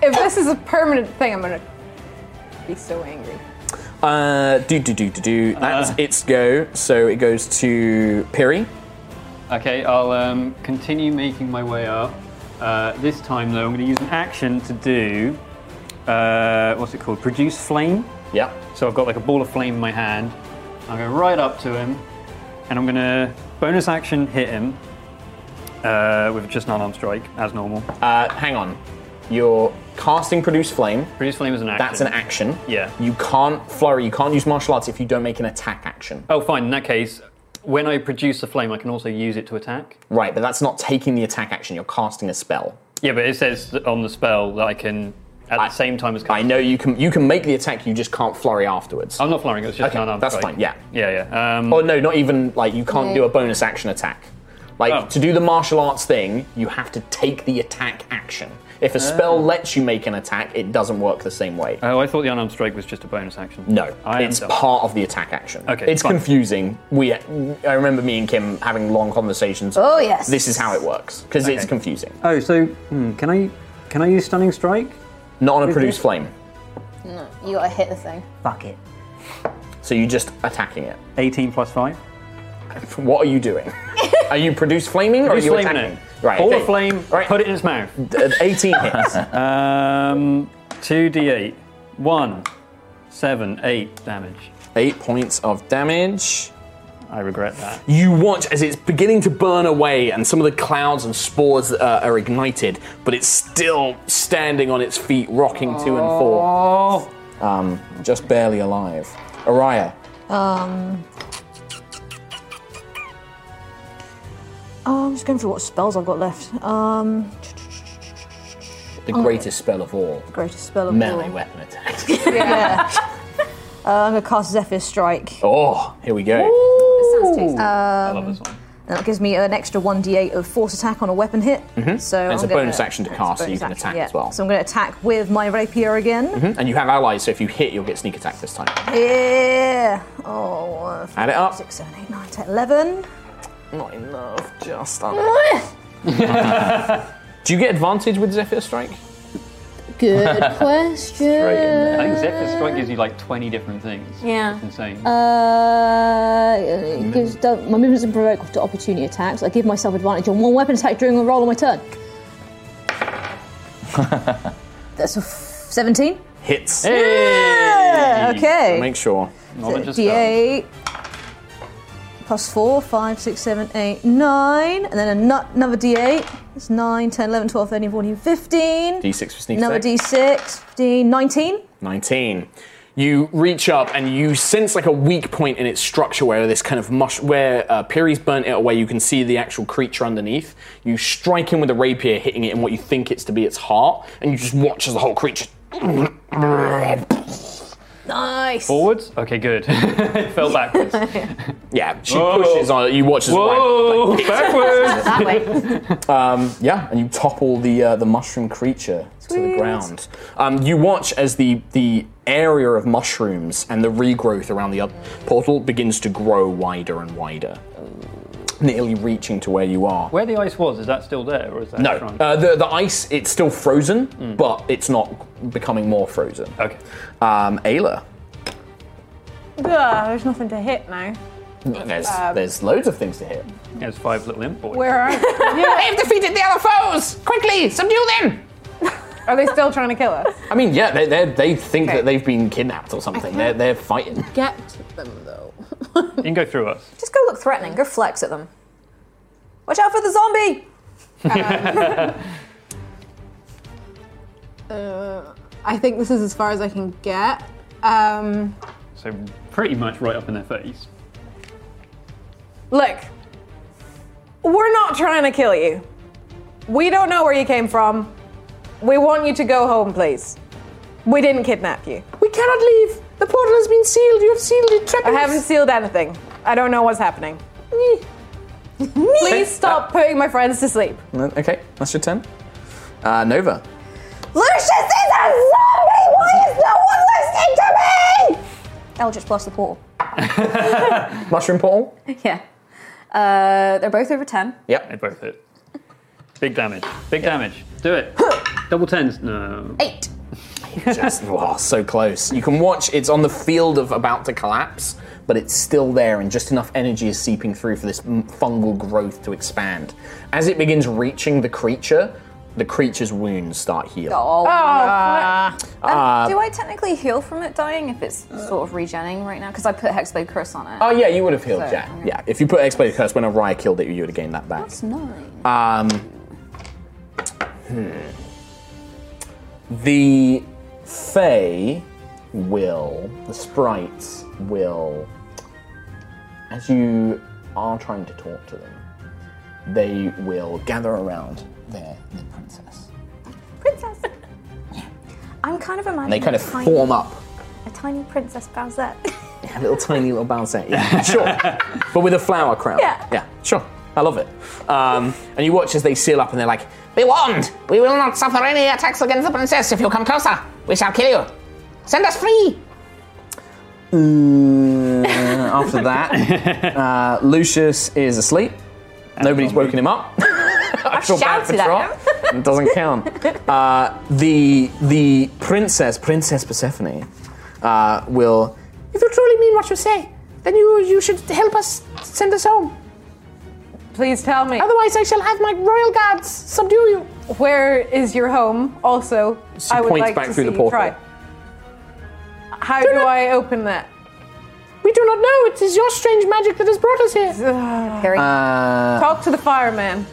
D: if this is a permanent thing, I'm gonna be so angry.
B: uh, do do do do do. That's
F: Uh.
B: its go. So it goes to Piri.
F: Okay, I'll um, continue making my way up. Uh, this time, though, I'm going to use an action to do uh, what's it called? Produce flame.
B: Yeah.
F: So I've got like a ball of flame in my hand. I'm going right up to him, and I'm going to bonus action hit him uh, with just an unarmed strike as normal.
B: Uh, hang on. You're casting produce flame.
F: Produce flame is an action.
B: That's an action.
F: Yeah.
B: You can't flurry. You can't use martial arts if you don't make an attack action.
F: Oh, fine. In that case, when I produce a flame, I can also use it to attack.
B: Right, but that's not taking the attack action. You're casting a spell.
F: Yeah, but it says that on the spell that I can, at the same time as.
B: I know you can. You can make the attack. You just can't flurry afterwards.
F: I'm not flurrying. It's just
B: okay,
F: an unarmed
B: That's
F: strike.
B: fine. Yeah.
F: Yeah, yeah. Um,
B: oh no, not even like you can't
F: Yeah.
B: do a bonus action attack. Like
F: Oh.
B: to do the martial arts thing, you have to take the attack action. If a spell
F: Ah.
B: lets you make an attack, it doesn't work the same way.
F: Oh, I thought the unarmed strike was just a bonus action.
B: No,
F: I am
B: it's
F: dumb.
B: part of the attack action.
F: Okay,
B: it's
F: fine.
B: confusing. We, I remember me and Kim having long conversations.
F: Oh, yes.
B: this is how it works because it's
F: Okay.
B: confusing.
F: Oh, so hmm, can I can I use stunning strike?
B: Not on a
F: Is
B: produce
F: it-
B: flame,
N: no, you gotta hit the thing.
F: Fuck it.
B: so you're just attacking it.
F: 18 plus five.
B: What are you doing? are you produce flaming
F: Produce
B: or are you
F: flaming
B: attacking?
F: it.
B: Right,
F: Ball of
B: okay.
F: flame. Put it in its mouth.
B: D- 18 hits.
F: um, two d8. One, seven, eight damage.
B: Eight points of damage.
F: I regret that.
B: You watch as it's beginning to burn away, and some of the clouds and spores uh, are ignited, but it's still standing on its feet, rocking to and
G: Oh.
B: fro. Oh. Um, just barely alive. Araya,
G: Um, oh, I'm just going through what spells I've got left. Um,
B: the
G: Oh.
B: greatest spell of all.
G: greatest spell of
B: Melee
G: all.
B: weapon attack.
G: yeah. uh, I'm gonna cast Zephyr Strike.
B: Oh, here we go.
G: Um,
B: one.
G: And that gives me an extra 1d8 of force attack on a weapon hit.
B: Mhm.
G: So
B: And it's
G: I'm
B: a bonus
G: gonna-
B: action to
G: it's a
B: cast, so
G: bonus
B: you can
G: action,
B: attack
G: yeah.
B: as well.
G: So I'm going to attack with my rapier again.
B: Mhm, And you have allies, so if you hit, you'll get sneak attack this time.
G: Yeah. Oh, uh,
B: Add it up.
G: Six, seven, eight, nine, ten, eleven.
B: Not enough. Just Do you get advantage with Zephyr Strike?
F: Good
G: question.
F: I think Zephyr Strike gives you like 20 different things.
E: Yeah.
F: It's insane.
E: Uh,
G: it gives don't- my movements and provoke to opportunity attacks. I give myself advantage on one weapon attack during a roll on my turn. That's a f- 17.
B: Hits.
G: Yeah, okay.
B: Make sure.
G: D8 plus 4, 5, 6, 7, 8, 9, and then a nu- another D8. That's 9, 10, 11, 12, 13, 14, 15.
B: D6 for sneak
G: another
B: attack.
G: D6, 15, 19.
B: 19. You reach up and you sense like a weak point in its structure where this kind of mush, where uh, Piri's burnt it away. You can see the actual creature underneath. You strike him with a rapier, hitting it in what you think it's to be its heart, and you just watch as the whole creature.
G: Nice.
F: Forwards? Okay, good. it fell backwards.
B: Yeah, she
F: Whoa.
B: pushes on it. You watch as
F: Whoa,
B: it like,
F: backwards.
E: that way.
B: um, yeah, and you topple the uh, the mushroom creature to the ground. Um, you watch as the the area of mushrooms and the regrowth around the other portal begins to grow wider and wider, nearly reaching to where you are.
F: Where the ice was, is that still there? Or is that
B: No,
F: shrunk?
B: uh, the the ice it's still frozen, but it's not becoming more frozen.
F: Okay,
B: um, Ayla,
D: Ugh, there's nothing to hit now.
B: there's
D: Um,
B: there's loads of things to hit.
F: There's five little imp boys.
D: Where are
B: They've defeated the other foes! Quickly, subdue them!
D: Are they still trying to kill us?
B: I mean, yeah, they they they think
D: Okay.
B: that they've been kidnapped or something. They're they're fighting.
N: Get to them though.
F: You can go through us.
E: Just go look threatening. Go flex at them.
D: Watch out for the zombie!
K: Uh, I think this is as far as I can get. Um,
F: So pretty much right up in their face.
D: Look, we're not trying to kill you. We don't know where you came from. We want you to go home, please. We didn't kidnap you.
K: we cannot leave. The portal has been sealed. You have sealed it.
D: I haven't sealed anything. I don't know what's happening. Please stop putting my friends to sleep.
B: Okay, that's your turn. Uh, Nova.
I: Lucius is a zombie! Why is no one listening to me?
E: Eldritch blast the portal.
B: Mushroom portal.
E: yeah. Uh, they're both over 10.
B: Yep.
F: They both hit. Big damage. Big damage. Do it. Double tens. No.
E: Eight.
B: Just wow, so close. You can watch. It's on the field of about to collapse, but it's still there, and just enough energy is seeping through for this m- fungal growth to expand. As it begins reaching the creature, the creature's wounds start healing. Ah,
E: Oh,
I: Ah.
B: Um, Uh,
E: do I technically heal from it dying if it's sort of regenning right now? Because I put Hexblade Curse on it.
B: Oh yeah, you would have healed,
E: So,
B: yeah. Yeah, if you put Expedited Curse when Araya killed it, you would have gained that back.
E: That's nine.
B: Um, hmm. The Fae will, the sprites will, as you are trying to talk to them, they will gather around their, their princess.
I: Princess. I'm kind of imagining.
B: And they kind of
I: a tiny,
B: form up,
I: A tiny princess Bowsette.
B: a little tiny little bouncet. Yeah, sure. but with a flower crown.
I: Yeah.
B: Yeah, sure. I love it. Um, and you watch as they seal up and they're like, Be warned! We will not suffer any attacks against the princess if you come closer. We shall kill you. Send us free! Uh, after that, uh, Lucius is asleep. Nobody's woken him up. I feel bad for
I: shouted at
B: Trot. It doesn't count. Uh, the the princess, Princess Persephone, uh, will. If you truly mean what you say, then you you should help us send us home.
D: Please tell me.
K: Otherwise, I shall have my royal guards subdue you.
D: Where is your home? Also,
B: She
D: I would
B: points
D: like
B: back
D: to
B: through
D: see
B: the portal.
D: You try. How do I open that?
K: We do not know. It is your strange magic that has brought us here.
B: Uh,
D: Talk to the fireman.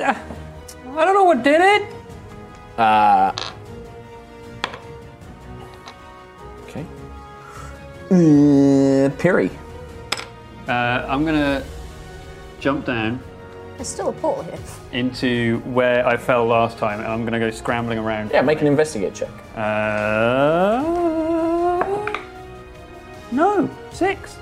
D: I don't know what did it.
B: uh, okay. Uh, Piri.
F: Uh, I'm gonna jump down
N: There's still a portal here.
F: into where I fell last time, and I'm gonna go scrambling around.
B: Yeah, make an investigate check.
F: Uh, no, six.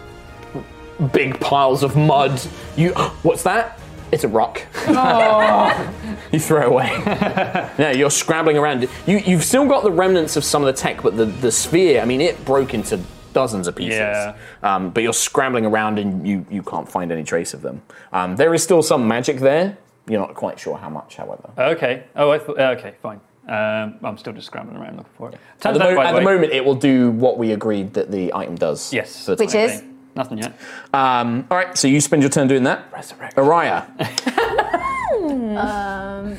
B: Big piles of mud. You. What's that? It's a rock.
H: Oh.
B: you throw it away. no, you're scrabbling around. You, you've still got the remnants of some of the tech, but the, the sphere, I mean, it broke into dozens of pieces.
F: Yeah.
B: Um, but you're scrambling around and you, you can't find any trace of them. Um, there is still some magic there. You're not quite sure how much, however.
F: Okay. Oh, I thought. Okay, fine. Um, I'm still just scrambling around looking for it.
B: At
F: Turns
B: the,
F: out,
B: mo-
F: by
B: at
F: the
B: the
F: way-
B: moment, it will do what we agreed that the item does.
F: Yes.
B: for the
F: Which
B: time
F: is?
B: being.
F: Nothing yet.
B: Um, all right, so you spend your turn doing that. Resurrect. Araya.
N: Um,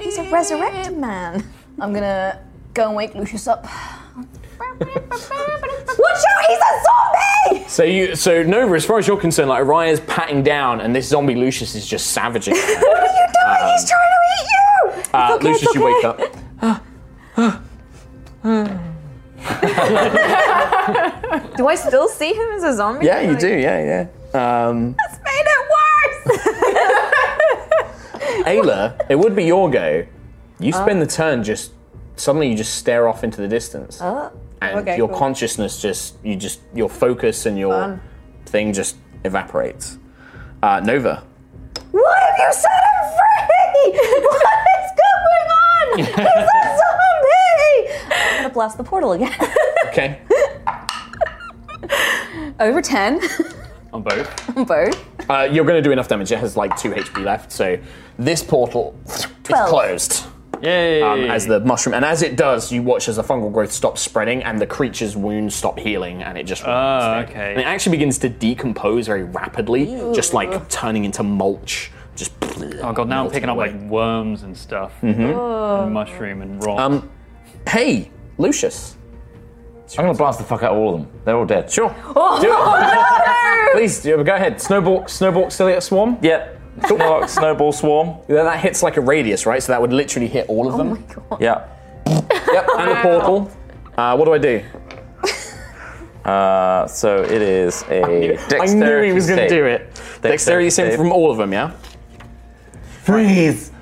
N: he's a resurrected man. I'm gonna go and wake Lucius up.
I: Watch out! He's a zombie!
B: So you, so Nova, as far as you're concerned, like Araya's patting down, and this zombie Lucius is just savaging. her.
I: What are you doing?
B: Um,
I: He's trying to eat you!
B: Uh,
I: It's okay,
B: Lucius,
I: it's
B: you wake up.
I: okay.
E: Do I still see him as a zombie?
B: Yeah, you do. Yeah, yeah. Um,
E: That's made it worse!
B: Ayla, it would be your go. You
I: Uh.
B: spend the turn just suddenly you just stare off into the distance,
E: Oh,
B: and
E: okay,
B: your
E: cool.
B: consciousness just you just your focus and your
I: Fun.
B: thing just evaporates. Uh, Nova.
I: What have you set him free? What is going on? He's a zombie!
E: I'm gonna blast the portal again.
B: Okay.
E: over 10
F: On both.
E: on both.
B: Uh, you're going to do enough damage. It has like two HP left, so this portal
E: Twelve.
B: is closed.
F: Yay!
B: Um, as the mushroom, and as it does, you watch as the fungal growth stops spreading and the creature's wounds stop healing, and it just
F: Oh, okay.
B: and it actually begins to decompose very rapidly, just like turning into mulch. Just
F: Oh god, now I'm picking up like worms and stuff, and mushroom and rock.
B: Mm-hmm. Um, hey, Lucius.
H: I'm gonna blast the fuck out of all of them. They're all dead.
O: Oh,
B: Sure. Do it. Please, do it. go ahead. Snowball, snowball, still at swarm.
H: Yep. snowball swarm.
B: Yeah, that hits like a radius, right? So that would literally hit all of them.
H: Yeah.
B: Yep, and the portal. Uh, what do I do?
H: Uh, so it is a
B: I knew he was going
H: save.
B: to do it. Dexterity, save from all of them, yeah?
H: Freeze!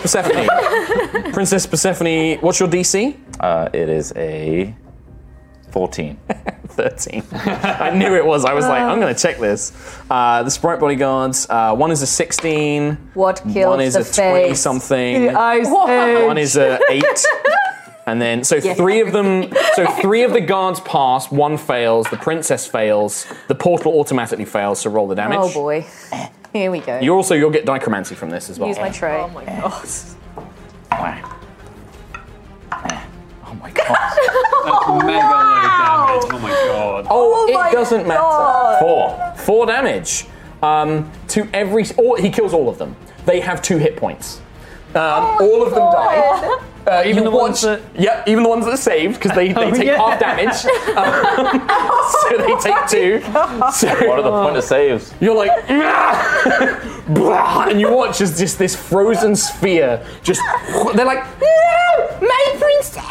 B: Persephone. Princess Persephone, what's your DC?
H: Uh, it is a 14.
B: 13. I knew it was. I was like, I'm going to check this. Uh, the Sprite Bodyguards, uh, one is a 16.
O: What kills
B: One is
O: the
B: a 20
O: face?
B: something.
O: The ice
B: One
O: age.
B: is a 8. And then, so
O: Yeah.
B: three of them, so three of the guards pass, one fails, the princess fails, the portal automatically fails, so roll the damage.
O: Oh boy. Here we go.
B: You also, you'll get dichromancy from this as well.
O: Use my tray. Oh
L: my god.
B: mega low damage. Oh my god. Oh, it doesn't matter. Four. Four damage. Um, to every. Or he kills all of them. They have two hit points. Um, all of them die. Uh, even, the ones that. Yep, even the ones that are saved, because they, they
H: Oh,
B: take
H: yeah.
B: half damage. Um, so they take two. So,
H: what are the point of saves?
B: You're like, "Blah," and you watch as just this frozen sphere just. They're like, No! My princess!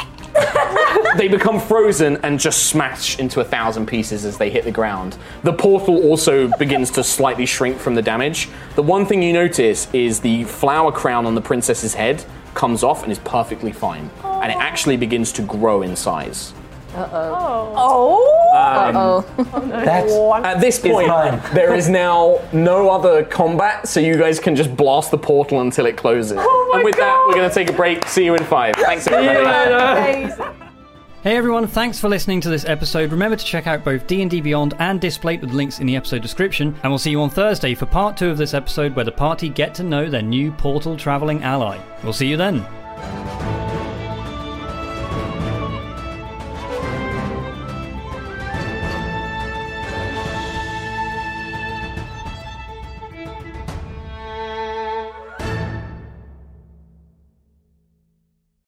B: they become frozen and just smash into a thousand pieces as they hit the ground. The portal also begins to slightly shrink from the damage. The one thing you notice is the flower crown on the princess's head comes off and is perfectly fine. And it actually begins to grow in size.
I: Uh-oh.
L: Oh.
B: Um, at this point, there is now no other combat, so you guys can just blast the portal until it closes.
A: Oh
B: and with that, we're going to take a break. See you in five. Thanks,
A: See you
B: everybody.
A: Hey everyone, thanks for listening to this episode. Remember to check out both D&D Beyond and Displate with links in the episode description, and we'll see you on Thursday for part 2 of this episode where the party get to know their new portal traveling ally. We'll see you then.